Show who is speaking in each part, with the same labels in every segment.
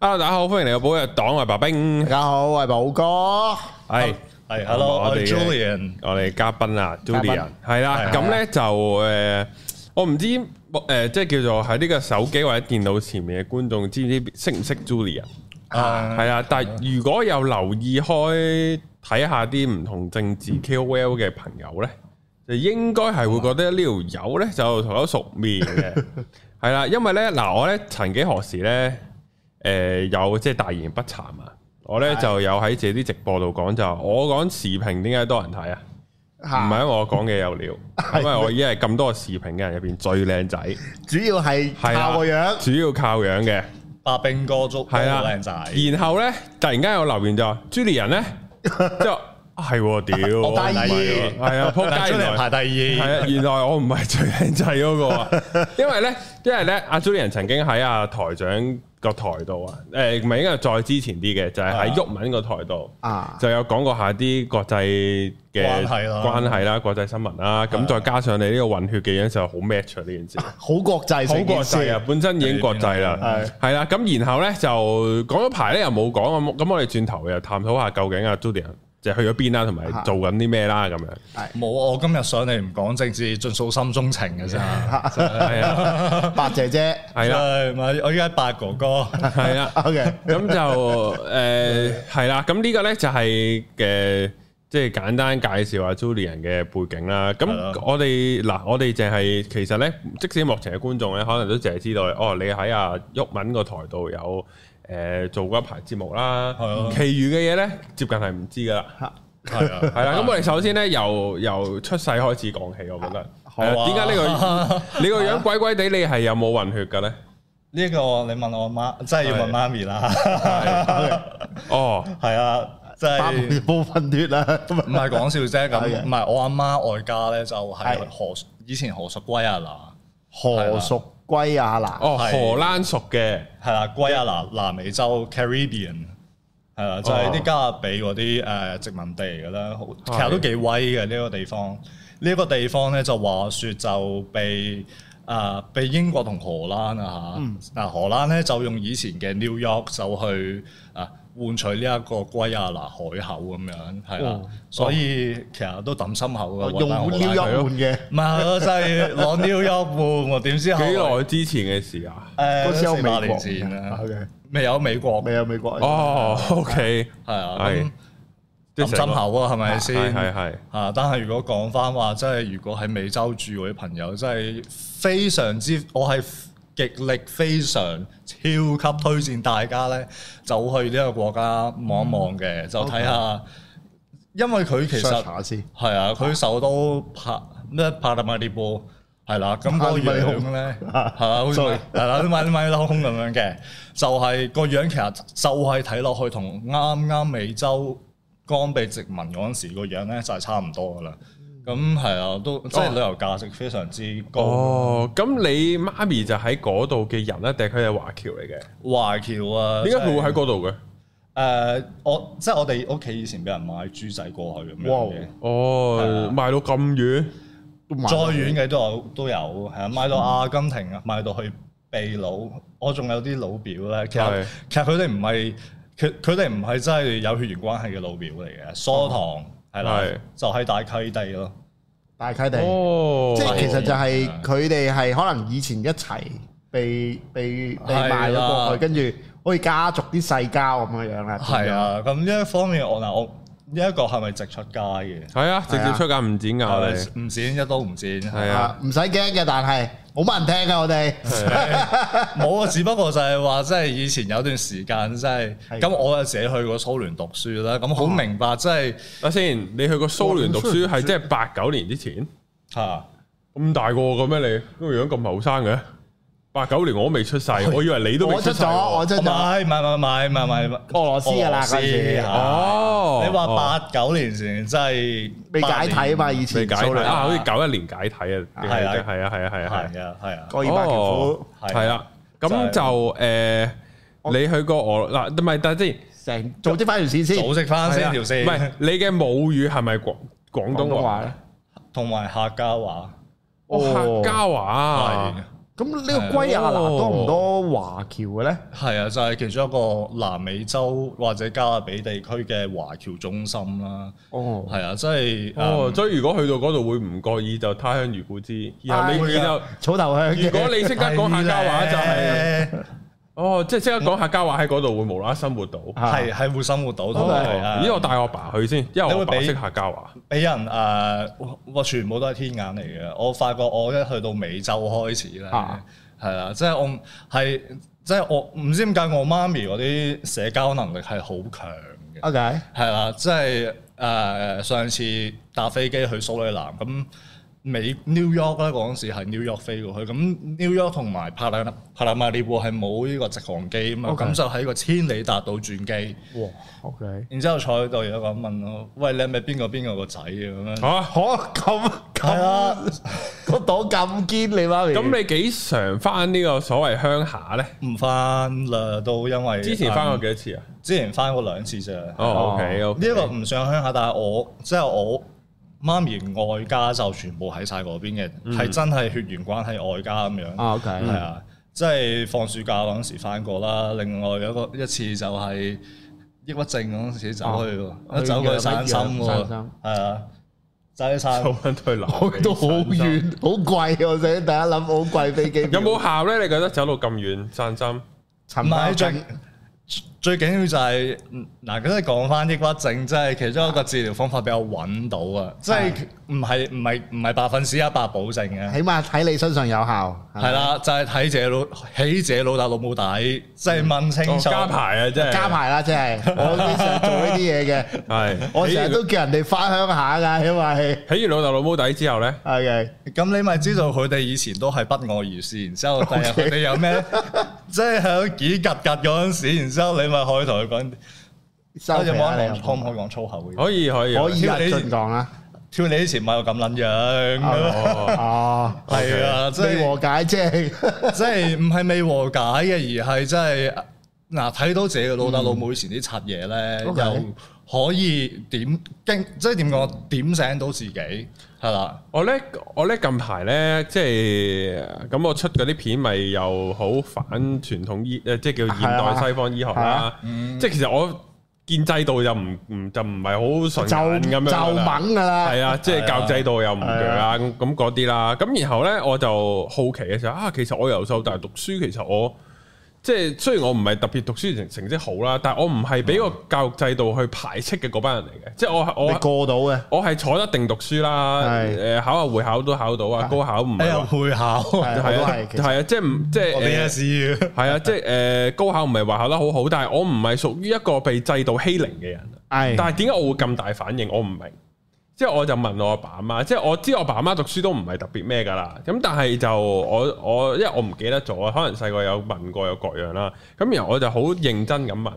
Speaker 1: Hello，大家好，歡迎嚟到寶藥黨，我係白哎冰
Speaker 2: 大，家好，我係寶哥。
Speaker 1: 係
Speaker 3: 係，hello，我係
Speaker 1: 啊嘅
Speaker 3: Julian
Speaker 1: 我哋嘉賓啊
Speaker 2: 嘉賓
Speaker 1: ，Julian，係啦，
Speaker 3: 係
Speaker 1: 咁咧就誒，我唔知誒，即係叫做喺呢個手機或者電腦前面嘅觀眾，知唔知識唔識 Julian？
Speaker 3: 啊，
Speaker 1: 係啊，但係如果有留意開睇下啲唔同政治 KOL 嘅朋友咧，就應該係會覺得呢條友咧就同我熟面嘅，係啦，因為咧嗱，我咧曾幾何時咧，誒、有即係大言不慚啊，我咧
Speaker 2: 係
Speaker 1: 就有喺自己啲直播度講就話，我講時評點解多人睇啊？唔係因為我講嘅有料，因為我已經係咁多個時評嘅人入邊最靚仔，
Speaker 2: 主要係
Speaker 1: 係啦
Speaker 2: 靠個樣，
Speaker 1: 主要靠樣嘅。
Speaker 3: 白冰哥足
Speaker 1: 係啦
Speaker 3: 好靚仔，
Speaker 1: 然後咧，突然間有留言就話 Julian 咧，即係啊係 喎屌，
Speaker 2: 我
Speaker 1: 我
Speaker 2: 第二
Speaker 1: 係啊，仆
Speaker 3: 但係
Speaker 1: 街
Speaker 3: Julian
Speaker 1: 原來
Speaker 3: 排第
Speaker 1: 係
Speaker 3: 二，
Speaker 1: 啊，原來我唔係最靚仔嗰個啊， 因為咧，因為咧，阿 Julian 曾經喺阿台長個台度啊，誒唔係應該係再之前啲嘅，就
Speaker 3: 啊
Speaker 1: 係喺鬱文個台度
Speaker 2: 啊
Speaker 1: 就有講過下啲國際嘅
Speaker 3: 關係啊啦
Speaker 1: 關係啦，國際新聞啦，咁再加上你呢個混血嘅樣就好 match 啊呢件事。
Speaker 2: 好國際
Speaker 1: 好
Speaker 2: 成
Speaker 1: 國
Speaker 2: 件
Speaker 1: 際啊
Speaker 2: 事，，
Speaker 1: 本身已經國際啦，
Speaker 2: 係
Speaker 1: 係啦，咁然後咧就講咗排咧又冇講咁，咁我哋轉頭又探討下究竟阿 Julian 即係去咗邊啦，同埋做緊啲咩啦咁 樣。
Speaker 3: 冇我今日上嚟唔講政治，盡訴心中情嘅 咋，真係
Speaker 1: 係啊，
Speaker 2: 白姐姐。
Speaker 1: 係啦，
Speaker 3: 真係啊咪我依家八哥哥，
Speaker 1: 係啊啦，
Speaker 2: OK，
Speaker 1: 咁就誒係啦，咁呢個咧就係誒即係簡單介紹下 Julian 嘅背景啦。咁
Speaker 3: 係啦
Speaker 1: 我哋嗱，我哋淨係其實咧，即使幕前嘅觀眾咧，可能都淨係知道哦，你喺阿鬱文個台度有。誒、做過一排節目啦
Speaker 3: 係啊，
Speaker 1: 其餘嘅嘢咧接近係唔知噶啦，
Speaker 3: 係啊，
Speaker 1: 係啦。咁我哋首先咧由由出世開始講起，我覺得
Speaker 2: 好
Speaker 1: 係
Speaker 2: 啊
Speaker 1: 啊點解呢 個你個樣鬼鬼地，你係有冇混血嘅咧？
Speaker 3: 呢個你問我媽，真係要問媽咪啦，
Speaker 1: 哦，
Speaker 3: 係啊，真
Speaker 2: 八
Speaker 3: 係。
Speaker 2: 部分血啦，
Speaker 3: 唔係講笑
Speaker 2: 係
Speaker 3: 啫，咁
Speaker 2: 嘅
Speaker 3: 唔係我阿媽外家咧就
Speaker 2: 係
Speaker 3: 係何以前何啊屬歸阿娜，
Speaker 2: 何屬歸亞男？
Speaker 1: 哦，
Speaker 3: 係
Speaker 1: 荷蘭屬嘅。
Speaker 3: 係啦，歸阿娜南美洲 Caribbean 係
Speaker 2: 哦
Speaker 3: 啦，就係啲加勒比嗰啲誒殖民地嚟㗎啦，好其實都幾威嘅呢個地方。呢個地方咧就話説就被誒被英國同荷蘭啊
Speaker 2: 嗯
Speaker 3: 嚇，嗱荷蘭咧就用以前嘅 New York 就去啊換取呢一個歸亞那海口咁樣係啦
Speaker 2: 哦，
Speaker 3: 所以其實都抌心口嘅。
Speaker 2: 用
Speaker 3: 荷蘭
Speaker 2: 撩一
Speaker 1: 係咯
Speaker 2: 換嘅，
Speaker 3: 唔係，我真係攞 New York 換，我點知後來
Speaker 1: 幾？耐之前嘅事啊？
Speaker 3: 誒，
Speaker 2: 嗰時有美
Speaker 3: 四百
Speaker 2: 國
Speaker 3: 年前啊啦，
Speaker 2: OK，
Speaker 3: 未有美國，
Speaker 2: 未有美國。
Speaker 1: 哦，OK，
Speaker 3: 係啊，
Speaker 1: 係
Speaker 3: 咁
Speaker 1: 即
Speaker 3: 咁
Speaker 1: 係成個
Speaker 3: 心口啊，係咪
Speaker 1: 係
Speaker 3: 先？
Speaker 1: 係係，
Speaker 3: 啊！但係如果講翻話，即係如果喺美洲住嗰啲朋友，真係非常之，我係極力非常超級推薦大家咧，就去呢個國家望一望嘅，就睇下，因為佢其
Speaker 2: search
Speaker 3: 實
Speaker 2: 下先，
Speaker 3: 係啊，佢首都帕咩帕特馬利波係啦，咁個樣咧係 啦，好似
Speaker 2: Sorry
Speaker 3: 係啦，米米撈空咁樣嘅，就係個樣其實就係睇落去同啱啱美洲剛被殖民嗰陣時個樣咧就係差唔多噶啦。咁係啊，都即係旅遊價值非常之高。
Speaker 1: 哦，咁你媽咪就喺嗰度嘅人咧，定係佢係華僑嚟嘅？
Speaker 3: 華僑啊，
Speaker 1: 點解佢
Speaker 3: 即係
Speaker 1: 會喺嗰度嘅？
Speaker 3: 誒我即係我哋屋企以前俾人買豬仔過去咁樣嘅
Speaker 2: 哇。
Speaker 1: 哦，賣到咁遠，
Speaker 2: 都買
Speaker 3: 再遠嘅都有都有，係啊，買到阿根廷啊，買到去秘魯，我仲有啲老表咧。其
Speaker 1: 係
Speaker 3: 實其實佢哋唔係佢佢哋唔係真係有血緣關係嘅老表嚟嘅，疏堂係
Speaker 1: 係
Speaker 3: 啦，就係大契弟咯。
Speaker 2: 大溪地。
Speaker 1: 哦，
Speaker 2: 即係其實就係佢哋係可能以前一齊被被被賣咗過去，跟住好似家族啲世交咁樣樣啦。
Speaker 3: 係，啊，咁呢一方面我嗱我呢一個係咪直出街嘅？
Speaker 1: 係啊，直接出價唔剪牙你，
Speaker 3: 係咪唔啊剪一刀唔剪，
Speaker 1: 係啊，
Speaker 2: 啊唔使驚嘅，但係冇乜人聽嘅我哋。
Speaker 3: 冇啊！只不過就係話，即係以前有段時間，即係
Speaker 2: 係
Speaker 3: 咁，我又自己去過蘇聯讀書啦，咁好明白，即係
Speaker 1: 等先，你去過蘇聯讀書係即係八九年之前，
Speaker 3: 嚇。
Speaker 1: 咁大個嘅咩你？個樣咁後生嘅，八九年我都未出世，我以為你都未
Speaker 2: 我出
Speaker 1: 世
Speaker 2: 咗，
Speaker 1: 喎
Speaker 2: 我出
Speaker 3: 唔
Speaker 2: 咗。
Speaker 3: 係唔係唔係唔係唔係唔係
Speaker 2: 俄羅斯㗎啦
Speaker 3: 俄羅斯
Speaker 2: 嗰陣時
Speaker 3: 嚇
Speaker 1: 哦，
Speaker 3: 你話
Speaker 1: 哦
Speaker 3: 八九年前真係
Speaker 2: 未解體嘛，以
Speaker 1: 未
Speaker 2: 前
Speaker 1: 解
Speaker 2: 蘇
Speaker 1: 體
Speaker 2: 聯
Speaker 1: 啊，好似九一年解體啊，係啊
Speaker 3: 係啊
Speaker 1: 係啊係啊係啊係啊
Speaker 3: 係啊係啊，
Speaker 2: 戈爾巴喬夫
Speaker 3: 係
Speaker 1: 係啦，咁就
Speaker 3: 就
Speaker 1: 誒，你去過俄嗱，唔係，但係之前
Speaker 2: 成組織翻條線先，
Speaker 3: 組織翻
Speaker 1: 係
Speaker 3: 先
Speaker 1: 啊
Speaker 3: 條
Speaker 1: 唔係
Speaker 3: 線，
Speaker 1: 你嘅母語係咪廣廣東話？
Speaker 2: 咧。
Speaker 3: 同埋客家話
Speaker 1: 哦，客家話
Speaker 3: 係
Speaker 1: 啊，
Speaker 2: 咁呢個圭亞那多唔多華僑嘅咧？
Speaker 3: 係啊，就係、其中一個南美洲或者加勒比地區嘅華僑中心啦。
Speaker 2: 哦，
Speaker 3: 係啊，即係
Speaker 1: 哦，
Speaker 3: 嗯
Speaker 1: 所以如果去到嗰度會唔覺意就他鄉遇故知，然後你
Speaker 2: 哎呀
Speaker 1: 然後
Speaker 2: 草頭香
Speaker 1: 如果
Speaker 2: 嘅，
Speaker 1: 你識得講客家話就係、
Speaker 3: 係
Speaker 1: 哦，即係識得講客家話喺嗰度會無啦啦生活到。哦
Speaker 3: 係係會生活到同埋啊
Speaker 1: 咦，我帶我爸去先，因為我
Speaker 3: 你會
Speaker 1: 爸
Speaker 3: 俾
Speaker 1: 識客家話。
Speaker 3: 俾人誒，我全部都係天眼嚟嘅。我發覺我一去到美洲開始咧，
Speaker 2: 啊
Speaker 3: 係啦、即係我唔係即係我唔知點解我媽咪嗰啲社交能力係好強 嘅，
Speaker 2: OK，
Speaker 3: 係啦，即係誒、呃上次搭飛機去蘇里南咁。美 New York 咧嗰陣時係 New York 飛過去，咁 New York 同埋帕拉帕拉馬列布係冇呢個直航機啊嘛，咁
Speaker 2: OK
Speaker 3: 就喺個千里達島轉機，
Speaker 2: 哇，OK，
Speaker 3: 然之後坐喺度有個人問我：喂，你係咪邊個邊個個仔啊？咁樣
Speaker 1: 嚇、
Speaker 2: 可咁
Speaker 3: 係
Speaker 2: 咁
Speaker 3: 啊。
Speaker 2: 個檔咁堅，你媽咪
Speaker 1: 咁你幾常翻呢個所謂鄉下咧？
Speaker 3: 唔翻啦，都因為
Speaker 1: 之前翻過
Speaker 3: 嗯
Speaker 1: 幾多次啊？
Speaker 3: 之前翻過兩次啫。呢
Speaker 1: 哦，OK，
Speaker 3: 一個唔上鄉下，但係我即係我媽咪外家就全部喺晒嗰邊嘅，
Speaker 1: 嗯
Speaker 3: 係真係血緣關係外家咁樣，
Speaker 2: 啊 OK，
Speaker 3: 係啊，即係放暑假嗰陣時翻過啦。另外有一個一次就係抑鬱症嗰陣時走去
Speaker 1: 哦
Speaker 3: 喎，
Speaker 2: 啊
Speaker 3: 一走過去散心
Speaker 2: 去養
Speaker 3: 喎
Speaker 2: 散心，
Speaker 3: 係啊，走去散
Speaker 1: 走翻去南美
Speaker 2: 我都好遠，好貴，我想大家諗好貴飛機
Speaker 1: 有
Speaker 2: 票。
Speaker 1: 冇效咧？你覺得走到咁遠散心？
Speaker 2: 尋
Speaker 3: 唔係
Speaker 2: 晚
Speaker 3: 最最緊要就係嗯嗱，咁你講翻抑鬱症，即係其中一個治療方法比較揾到啊，即係唔係唔係唔係百分之一百保證嘅，
Speaker 2: 起碼喺你身上有效，係咪
Speaker 3: 係啦，就係睇自己老起自己老豆老母底，即係問清
Speaker 1: 哦
Speaker 3: 楚
Speaker 1: 加牌啊，真係
Speaker 2: 加牌啦，即係我經常做呢啲嘢嘅，
Speaker 1: 係。
Speaker 2: 我成日都
Speaker 1: 起
Speaker 2: 叫人哋翻鄉下㗎，因為
Speaker 1: 完起完老豆老母底之後咧，
Speaker 2: OK
Speaker 3: 咁你咪知道佢哋以前都係不外如是，然之 後第日
Speaker 2: OK
Speaker 3: 佢哋有咩， 即係喺度幾格格嗰陣時，然之後你咪可以同佢講，
Speaker 2: 收
Speaker 3: 我就
Speaker 2: 皮啦，
Speaker 3: 冇得講
Speaker 2: 你
Speaker 3: 可唔可以講粗口嘅？
Speaker 1: 可以可以
Speaker 2: 可以啊，
Speaker 3: 因為你
Speaker 2: 盡講啦，
Speaker 3: 挑你以前咪有咁撚樣，
Speaker 2: Ờ.
Speaker 1: 哦，
Speaker 2: 哦，
Speaker 3: 係啊，即
Speaker 2: 未
Speaker 3: 係
Speaker 2: 和。解即係
Speaker 3: 即係唔係未和解嘅，而係真係啊嗱睇到自己嘅老豆老母以前啲柒嘢咧，
Speaker 2: OK
Speaker 3: 又可以點經，即係點講點醒到自己係啦，
Speaker 1: 我咧我咧近排咧，即係咁我出嗰啲片咪又好反傳統醫誒，即係叫現代西方醫學
Speaker 2: 啊係
Speaker 1: 啦
Speaker 2: 啊。
Speaker 1: 即係其實我見制度又唔唔就唔係好
Speaker 2: 就
Speaker 1: 順眼咁樣㗎
Speaker 2: 就
Speaker 1: 啦
Speaker 2: 猛㗎啦，
Speaker 1: 係啊，即係教育制度又唔鋸啊，咁咁嗰啲啦。咁然後呢，我就好奇嘅時候啊，其實我由細到大讀書，其實我即係雖然我唔係特別讀書成成績好啦，但係我唔係俾個教育制度去排斥嘅嗰班人嚟嘅，即係我
Speaker 2: 你
Speaker 1: 我。
Speaker 2: 過到嘅，
Speaker 1: 我係坐得定讀書啦，
Speaker 2: 係
Speaker 1: 誒考下會考都考到啊，高考唔係
Speaker 3: 哎呀
Speaker 1: 話
Speaker 3: 配考，
Speaker 2: 係
Speaker 3: 我
Speaker 2: 我都
Speaker 1: 係啊
Speaker 2: 係，其實
Speaker 1: 係啊，即係唔即係誒
Speaker 3: 哋嘅事要
Speaker 1: 係啊，即係誒高考唔係話考得好好，但係我唔係屬於一個被制度欺凌嘅人。
Speaker 2: 係，
Speaker 1: 但係點解我會咁大反應？我唔明。即係我就問我阿爸阿媽，即係我知我爸阿媽讀書都唔係特別咩㗎啦。咁但係就我我因為我唔記得咗，可能細個有問過有各樣啦。咁然後我就好認真咁問，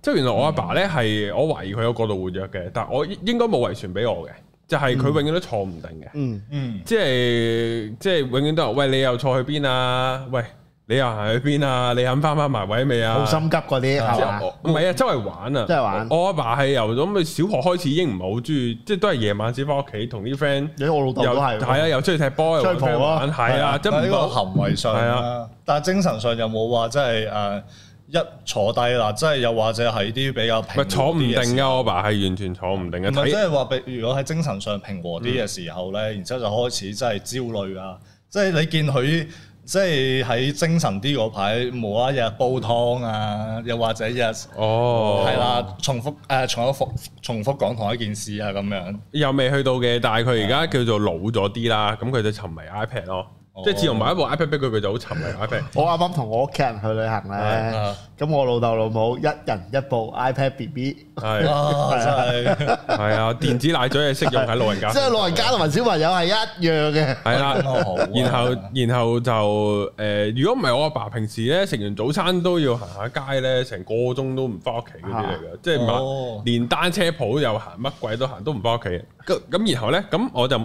Speaker 1: 即係原來我阿爸呢係我懷疑佢有過度活躍嘅，但我應該冇遺傳俾我嘅，就係、佢永遠都錯唔定嘅。
Speaker 2: 嗯
Speaker 3: 嗯
Speaker 1: 即係即係永遠都話喂你又錯去邊啊？喂你又行去邊啊？你肯翻翻埋位未啊？
Speaker 2: 好心急嗰啲
Speaker 3: 哦
Speaker 1: 即
Speaker 2: 係嘛
Speaker 1: 係，我唔係啊，周圍玩啊，
Speaker 2: 周圍玩
Speaker 1: 我我阿爸係由咁佢小學開始已經唔係好中意，即係都係夜晚先翻屋企同啲 friend，
Speaker 2: 因為我老豆
Speaker 1: 又
Speaker 2: 都係，
Speaker 1: 係啊，又中意踢波，又
Speaker 2: 出去蒲啊
Speaker 1: 玩係啊，即係
Speaker 3: 但係呢
Speaker 1: 唔
Speaker 3: 個
Speaker 1: 夠
Speaker 3: 行為上
Speaker 1: 係啊
Speaker 3: 啦，但係精神上有冇話即係誒一坐低啦，即係又或者係啲比較
Speaker 1: 咪
Speaker 3: 平
Speaker 1: 坐唔
Speaker 3: 啲嘅
Speaker 1: 定噶，啊我阿爸係完全坐唔定嘅，啊
Speaker 3: 唔係即
Speaker 1: 睇嗯
Speaker 3: 係話，譬如果喺精神上平和啲嘅時候咧，然之後就開始真係焦慮啊！即係你見佢即係喺精神啲嗰排，無啦啦日日煲湯啊，又或者日日
Speaker 1: 哦，
Speaker 3: 係，啦，重複誒、重複重複講同一件事啊咁樣。
Speaker 1: 又未去到嘅，但係佢而家叫做老咗啲啦，咁佢就沉迷 iPad 咯，
Speaker 3: 哦
Speaker 1: 即係自從買一部 iPad 俾佢，佢就好沉迷 iPad。
Speaker 2: 我啱啱同我屋企人去旅行
Speaker 3: 係啊
Speaker 2: 咧，咁我老豆老母一人一部 iPad BB，
Speaker 1: 係
Speaker 3: 哇！啊真 係
Speaker 1: 係 啊，電子奶嘴係適用喺老人家
Speaker 2: 即
Speaker 1: 身上，
Speaker 2: 係老人家同埋小朋友係一樣嘅。
Speaker 1: 係 啦，
Speaker 3: 真係好啊
Speaker 1: 然後然後就誒，如果唔係我阿爸平時咧食完早餐都要行下街咧，成個鐘都唔翻屋企嗰啲嚟嘅，即係唔
Speaker 3: 哦
Speaker 1: 係連單車鋪又行，乜鬼都行，都唔翻屋企嘅。咁咁然後咧，咁我就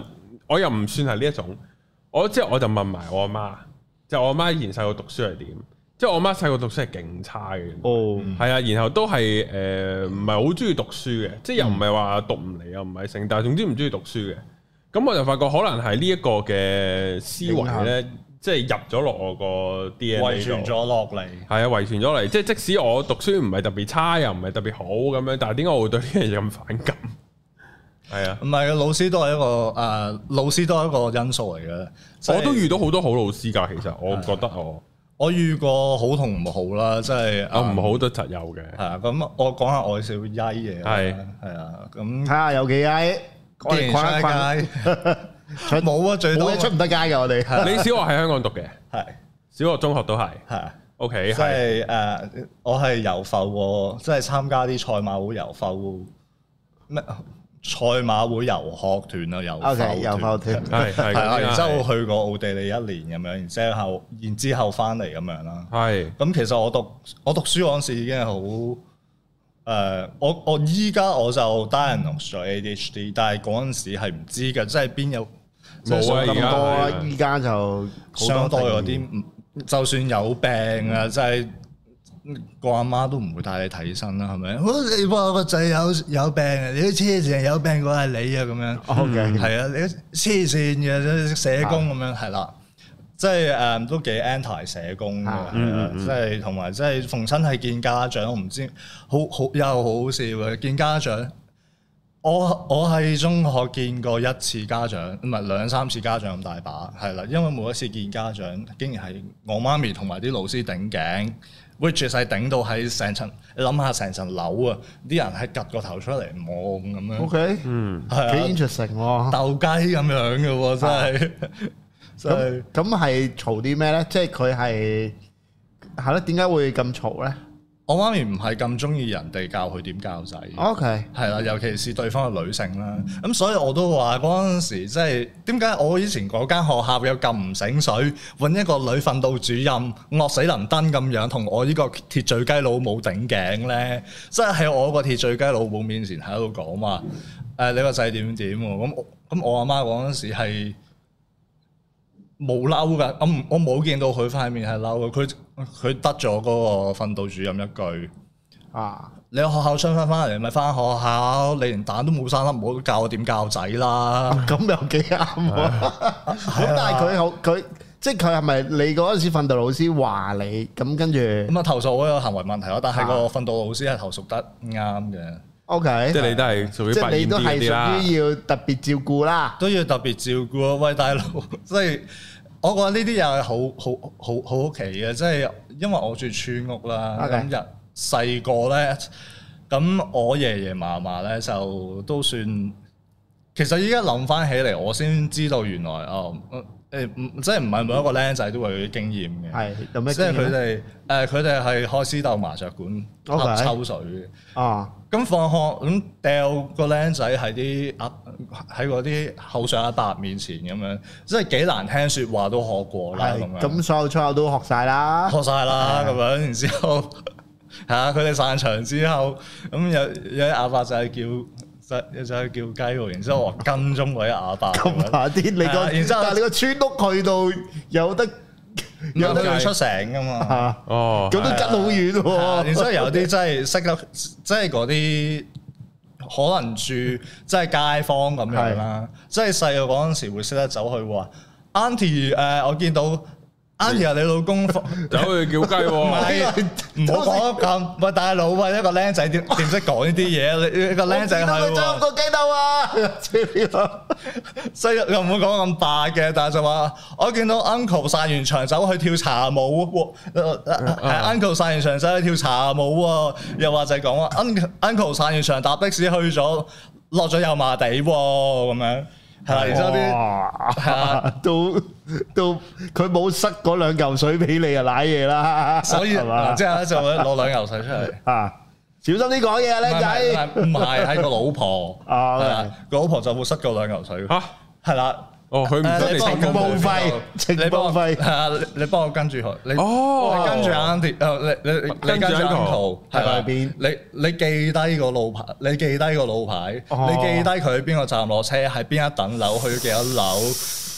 Speaker 1: 我又唔算係呢一種，我即係我就問埋我阿媽，就我阿媽以前細個讀書係點？即係我阿媽細個讀書係勁差嘅。
Speaker 2: 哦，
Speaker 1: 係啊，然後都係誒唔係好中意讀書嘅，即係又唔係話讀唔嚟又唔係成，但係總之唔中意讀書嘅。咁我就發覺可能係呢一個嘅思維咧，即係入咗落我個 DNA
Speaker 3: 遺
Speaker 1: 度
Speaker 3: 傳咗落嚟。
Speaker 1: 係啊，遺傳咗嚟，即係即使我讀書唔係特別差，又唔係特別好咁樣，但係點解我會對呢樣嘢咁反感？係 啊，
Speaker 3: 唔係嘅，老師都係一個誒、呃老師都係一個因素嚟嘅。即係
Speaker 1: 我都遇到好多好老師㗎，其實我覺得我
Speaker 3: 我遇過好同唔好啦，即係
Speaker 1: 我啊唔好都實有嘅，
Speaker 3: 係啊。咁我講下我少曳嘢啦，
Speaker 1: 係
Speaker 3: 係啊。咁
Speaker 2: 睇下有幾嗌，
Speaker 3: 既然出得
Speaker 2: 我哋困一困，
Speaker 3: 街，冇啊，最多
Speaker 2: 冇嘢出唔得街㗎，我哋。
Speaker 1: 你小學喺香港讀嘅，
Speaker 3: 係
Speaker 1: 小學、中學都係
Speaker 3: 係啊。
Speaker 1: ，OK
Speaker 3: 即
Speaker 1: 係
Speaker 3: 係誒，我係遊埠喎，即係參加啲賽馬會遊埠咩賽馬會遊學團啊，遊
Speaker 2: OK，
Speaker 3: 埠團
Speaker 2: 又爆斷。
Speaker 1: 係係
Speaker 3: 係啊，然之後
Speaker 1: 係
Speaker 3: 去過奧地利一年咁樣，然之後然之後翻嚟咁樣啦。
Speaker 1: 係
Speaker 3: 咁其實我讀我讀書嗰陣時已經係好誒，我我依家我就 diagnose 咗 ADHD，但係嗰陣時係唔知嘅，即係邊有即係
Speaker 1: 冇啊
Speaker 3: 數咁
Speaker 1: 而家
Speaker 3: 多
Speaker 2: 咁多，
Speaker 1: 係啊。
Speaker 2: 依家就好多
Speaker 3: 相對嗰
Speaker 2: 定義。
Speaker 3: 啲唔，就算有病啊，即係個阿媽都唔會帶你睇醫生啦，係咪？好你話我個仔有有病啊，你都黐線，有病嗰係你啊，咁樣。
Speaker 2: OK，
Speaker 3: 係啊，你都黐線嘅社工咁
Speaker 1: 啊
Speaker 3: 樣係啦，即係誒都幾 anti 社工嘅，係
Speaker 2: 啊
Speaker 3: 啊
Speaker 1: 嗯嗯嗯
Speaker 3: 即係同埋即係逢親係見家長，我唔知好好又好好笑嘅見家長。我我喺中學見過一次家長，唔係兩三次家長咁大把，係啦，因為每一次見家長，竟然係我媽咪同埋啲老師頂頸，which is 係頂到喺成層，你諗下成層樓啊，啲人係趌個頭出嚟望咁樣，
Speaker 2: OK，
Speaker 1: 嗯
Speaker 3: 係啊
Speaker 2: 幾interesting喎。
Speaker 3: 鬥雞咁樣嘅喎，真係 真係
Speaker 2: 咁-咁係嘈啲咩呢？即係佢係-係咯，點解會咁嘈呢？OK，
Speaker 3: 我媽咪唔係咁中意人哋教佢點教仔，係啦，尤其是對方係女性啦。咁所以我都話嗰陣時，即係點解我以前嗰間學校有咁唔醒水，揾一個女訓導主任惡死能登咁樣，同我呢個鐵嘴雞老母頂頸呢？即係喺我個鐵嘴雞老母面前喺度講話，誒、你個仔點點喎？咁我咁我阿媽嗰陣時係。冇嬲噶，我唔我冇見到佢塊面係嬲嘅，佢佢得咗嗰個訓導主任一句：你喺學校雙翻翻嚟咪翻學校，你連蛋都冇生粒，唔好教我點教仔
Speaker 2: 嗯
Speaker 3: 啦。
Speaker 2: 啊，咁又幾啱喎。咁但係佢好-佢-即係佢係咪你嗰陣時訓導老師話你，咁跟住-
Speaker 3: 咁啊投訴我有行為問題啦，但係個訓導老師係投訴得啱嘅，
Speaker 2: OK，
Speaker 1: 即係你都係屬於
Speaker 2: 即係
Speaker 1: 白
Speaker 2: 你
Speaker 1: 厭
Speaker 2: 都
Speaker 1: 啲嗰
Speaker 2: 係
Speaker 1: 啲啦，
Speaker 2: 屬於要特別照顧啦。
Speaker 3: 都要特別照顧啊！喂，大佬， 即係我覺得呢啲又係好好好好好奇嘅，即係因為我住村屋啦，
Speaker 2: OK
Speaker 3: 咁日細個咧，咁我爺爺嫲嫲咧就都算。其實依家諗翻起嚟，我先知道原來哦，誒、唔即係唔係每一個僆仔都會有啲經驗嘅。
Speaker 2: 係有咩
Speaker 3: 即
Speaker 2: 經
Speaker 3: 係
Speaker 2: 驗
Speaker 3: 佢
Speaker 2: 咧？
Speaker 3: 哋誒，佢哋係開私鬥麻雀館
Speaker 2: OK
Speaker 3: 合抽水嘅。
Speaker 2: 啊，
Speaker 3: 咁放學咁掉個僆仔喺啲鴨喺嗰啲口上阿伯面前咁樣，即係幾難聽説話都學過啦咁
Speaker 2: 係
Speaker 3: 樣。
Speaker 2: 咁所有粗口都學晒啦。
Speaker 3: 學晒啦咁樣，然之後 係啊，佢哋散場之後，咁有有啲阿伯就係叫就就係叫雞喎，然之後我跟蹤嗰啲阿伯咁
Speaker 2: 咁
Speaker 3: 樣。
Speaker 2: 啊啲你
Speaker 3: 係
Speaker 2: 個，
Speaker 3: 啊然之後
Speaker 2: 但係你個村屋去到有得
Speaker 3: 唔係佢哋出城噶嘛。
Speaker 2: 啊，
Speaker 1: 哦
Speaker 2: 咁，都跟好遠
Speaker 3: 啊然
Speaker 2: 喎。
Speaker 3: 之後有啲真係識得，即係嗰啲可能住即係街坊咁樣啦，即係細個嗰陣時會識得走去話 Auntie 誒，我見到 Auntie 係你老 公放。
Speaker 1: 走去叫雞
Speaker 3: 唔
Speaker 1: 喎，
Speaker 3: 係，唔好講得咁。喂，大佬，喂，一個僆仔點點識講呢啲嘢？你一個僆仔
Speaker 2: 我
Speaker 3: 係
Speaker 2: 見到佢爭
Speaker 3: 喎，
Speaker 2: 個雞 竇啊！
Speaker 3: 所以又唔好講咁白嘅，但係就話我見到 uncle 散完場走去跳茶舞喎，
Speaker 2: 啊
Speaker 3: 係 uncle 散完場走去跳茶舞喎，又或者講話 uncle uncle 散完場搭的士去咗落咗油麻地喎，咁樣係啦，然之後啲係
Speaker 2: 哇
Speaker 3: 啊，
Speaker 2: 都都佢冇塞嗰兩嚿水俾你啊，瀨嘢啦。
Speaker 3: 所以
Speaker 2: 係嘛
Speaker 3: 嗱之後咧就會攞兩牛水 出嚟。
Speaker 2: 啊，小心啲講嘢啊，僆仔。
Speaker 3: 唔係唔係係個老婆，
Speaker 2: 啊
Speaker 3: 係啦個老婆就會塞夠兩牛水，
Speaker 1: 嚇，
Speaker 3: 係啦。
Speaker 1: 哦，佢唔
Speaker 3: 誒
Speaker 1: 得
Speaker 3: 你
Speaker 1: 你
Speaker 3: 幫
Speaker 1: 成
Speaker 2: 情
Speaker 1: 功
Speaker 2: 報
Speaker 1: 佢，
Speaker 2: 費情
Speaker 3: 你幫我
Speaker 2: 報費
Speaker 3: 係啊，你你幫我跟住佢，你
Speaker 1: 哦
Speaker 3: 你跟住 Andy，誒你你你
Speaker 1: 跟
Speaker 3: 跟
Speaker 1: 住
Speaker 3: 住
Speaker 1: uncle，
Speaker 3: Uncle 係啦
Speaker 2: 喺邊
Speaker 3: 你你記低個路牌，你記低個路牌，
Speaker 2: 哦
Speaker 3: 你記低佢邊個站落車，喺邊一等樓去幾多樓。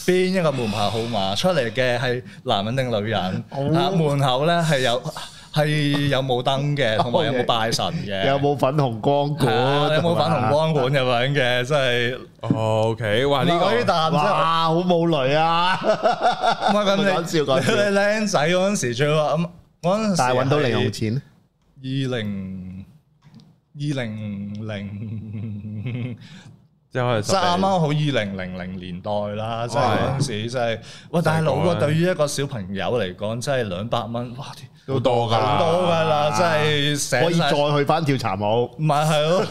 Speaker 3: 邊一個門牌號碼出嚟嘅係男人定女人？
Speaker 2: 哦
Speaker 3: 啊，門口咧係有係有冇燈嘅，同埋有冇拜神嘅，
Speaker 2: 有冇粉紅光管？
Speaker 3: 啊有冇粉紅光管咁樣嘅，真係
Speaker 1: 哦，OK，哇呢
Speaker 3: 唔係我
Speaker 1: 個
Speaker 3: 呢啖真係。
Speaker 2: 哇，好冇 雷啊！
Speaker 3: 唔係咁你
Speaker 2: 講笑講笑
Speaker 3: 你僆仔嗰陣時最話咁嗰陣時，
Speaker 2: 但係揾到零用。錢，
Speaker 3: 二零二零零，
Speaker 1: 即係可能
Speaker 3: 即係啱啱好二零零零年代啦，即係嗰陣時真係，哇！大佬
Speaker 1: 細個
Speaker 3: 啊，
Speaker 1: 啊
Speaker 3: 對於一個小朋友嚟講，真係兩百蚊，哇！
Speaker 1: 好多㗎
Speaker 3: 好
Speaker 1: 啦
Speaker 3: 多㗎啦，真係醒
Speaker 2: 啊可以
Speaker 3: 晒
Speaker 2: 再去翻跳茶舞。
Speaker 3: 唔係係咯，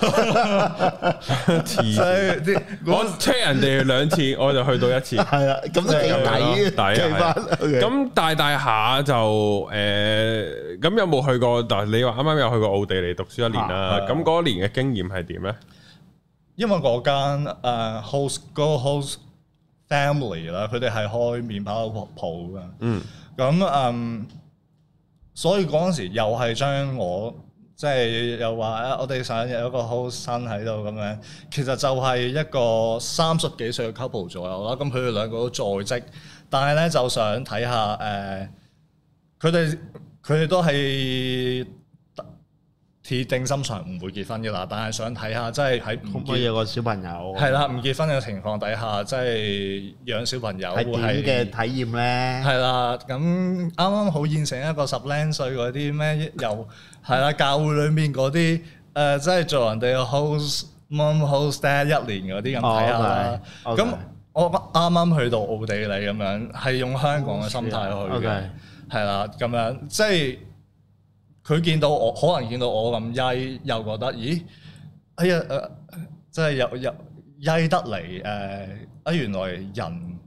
Speaker 1: 啱
Speaker 3: 即係啲
Speaker 1: 我
Speaker 3: 嗰
Speaker 1: check 人哋兩 次，我就去到一次。
Speaker 2: 係啊，咁都幾抵
Speaker 1: 抵啊
Speaker 2: 嘅，計翻。咁
Speaker 1: 咁大大下就誒，呃咁、有冇去過？但係你話啱啱有去過奧地利讀書一年啦
Speaker 3: 啊，
Speaker 1: 咁嗰一年嘅經驗係點咧？
Speaker 3: 因為嗰間誒 host 嗰個 host family 啦，佢哋係開麵包鋪㗎。
Speaker 1: 嗯，
Speaker 3: 咁嗯，所以嗰陣時又係將我即係又話啊，我哋上日有一個 host 新喺度咁樣，其實就係一個三十幾歲嘅 couple 左右啦。咁佢哋兩個都在職，但係咧就想睇下誒，呃佢哋佢哋都係鐵定心腸唔會結婚嘅啦，但係想睇下即係喺
Speaker 2: 可
Speaker 3: 唔
Speaker 2: 唔可以
Speaker 3: 結
Speaker 2: 有個小朋友？
Speaker 3: 係啦唔結婚嘅情況底下，即係養小朋友
Speaker 2: 係點嘅
Speaker 3: 係。
Speaker 2: 體驗咧？
Speaker 3: 係啦，咁啱啱好現成一個十零歲嗰啲咩，又係
Speaker 2: 嗯
Speaker 3: 啦，教會裏面嗰啲誒，即係做人哋嘅 host mom host dad 一年嗰啲咁
Speaker 2: Ờ,
Speaker 3: 睇下啦。
Speaker 2: 哦
Speaker 3: 咁、
Speaker 2: ，OK，OK
Speaker 3: 我啱啱去到奧地利咁樣，係用香港嘅心態去嘅
Speaker 2: OK，
Speaker 3: 係啦，咁樣即係佢見到我，可能見到我咁曳，又覺得咦，哎呀誒、呃即係又又曳得嚟誒，啊、原來人。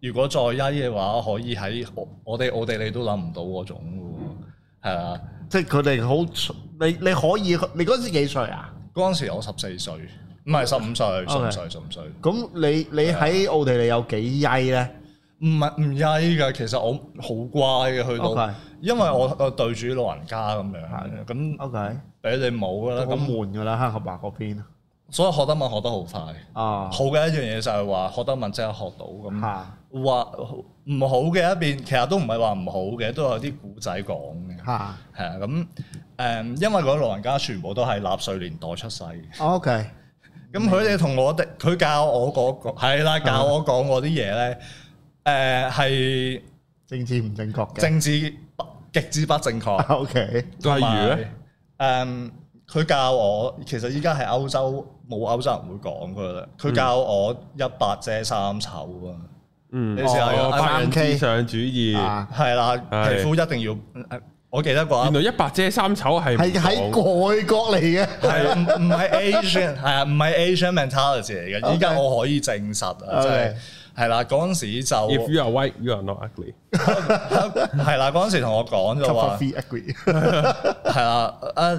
Speaker 3: 如果再曳嘅話，可以喺我我哋奧地利都諗唔到嗰種嘅喎，係啊！
Speaker 2: 即係佢哋好，你你可以，你嗰時幾歲啊？
Speaker 3: 嗰陣時我十四歲，唔係十五歲，十五歲，十五歲，
Speaker 2: 咁你你喺奧地利有幾曳咧？
Speaker 3: 唔係唔曳㗎。其實我好乖嘅，去到
Speaker 2: OK
Speaker 3: 因為我我對住老人家咁
Speaker 2: 嗯
Speaker 3: 樣，咁
Speaker 2: OK，
Speaker 3: 俾你冇㗎啦，
Speaker 2: 咁
Speaker 3: 咁
Speaker 2: 悶㗎啦，黑合白嗰邊
Speaker 3: 所以學德文學得好快。
Speaker 2: 啊，
Speaker 3: 好嘅一樣嘢就係話學德文真係學到咁，
Speaker 2: 嚇
Speaker 3: 話唔好嘅一邊其實都唔係話唔好嘅，都有啲古仔講嘅。
Speaker 2: 嚇
Speaker 3: 係啊，咁誒、因為嗰啲老人家全部都係納粹年代出世嘅，
Speaker 2: ，OK，嗯
Speaker 3: 咁佢哋同我哋，佢教我講講，係啦，教我講我啲嘢咧，誒、係
Speaker 2: 政治唔正確嘅
Speaker 3: 政治不極之不正 確。
Speaker 2: ，OK，
Speaker 1: 例如咧，
Speaker 3: 誒，嗯佢、教我其實依家係歐洲冇歐洲人會講噶啦，佢教我一百遮三醜啊，
Speaker 1: 嗯，
Speaker 3: 你試下
Speaker 1: 哦
Speaker 3: 有
Speaker 1: 白人
Speaker 2: 3K
Speaker 1: 至上主義，
Speaker 2: 啊，
Speaker 3: 係啦，
Speaker 1: 係
Speaker 3: 皮膚一定要，呃我記得嗰一
Speaker 1: 原來一白遮三醜係
Speaker 2: 係喺
Speaker 1: 唔講
Speaker 2: 外國嚟嘅，
Speaker 3: 係啊，唔唔係 Asian，係啊，唔係 Asian mentality 嚟嘅。依家
Speaker 2: OK
Speaker 3: 我可以證實啊，
Speaker 2: OK
Speaker 3: 真係係啦。嗰陣時就
Speaker 1: If you are white, you are not ugly。
Speaker 3: 係啦，嗰陣時同我講就
Speaker 2: Cup
Speaker 3: 話
Speaker 2: of tea agree
Speaker 3: 係啦，啊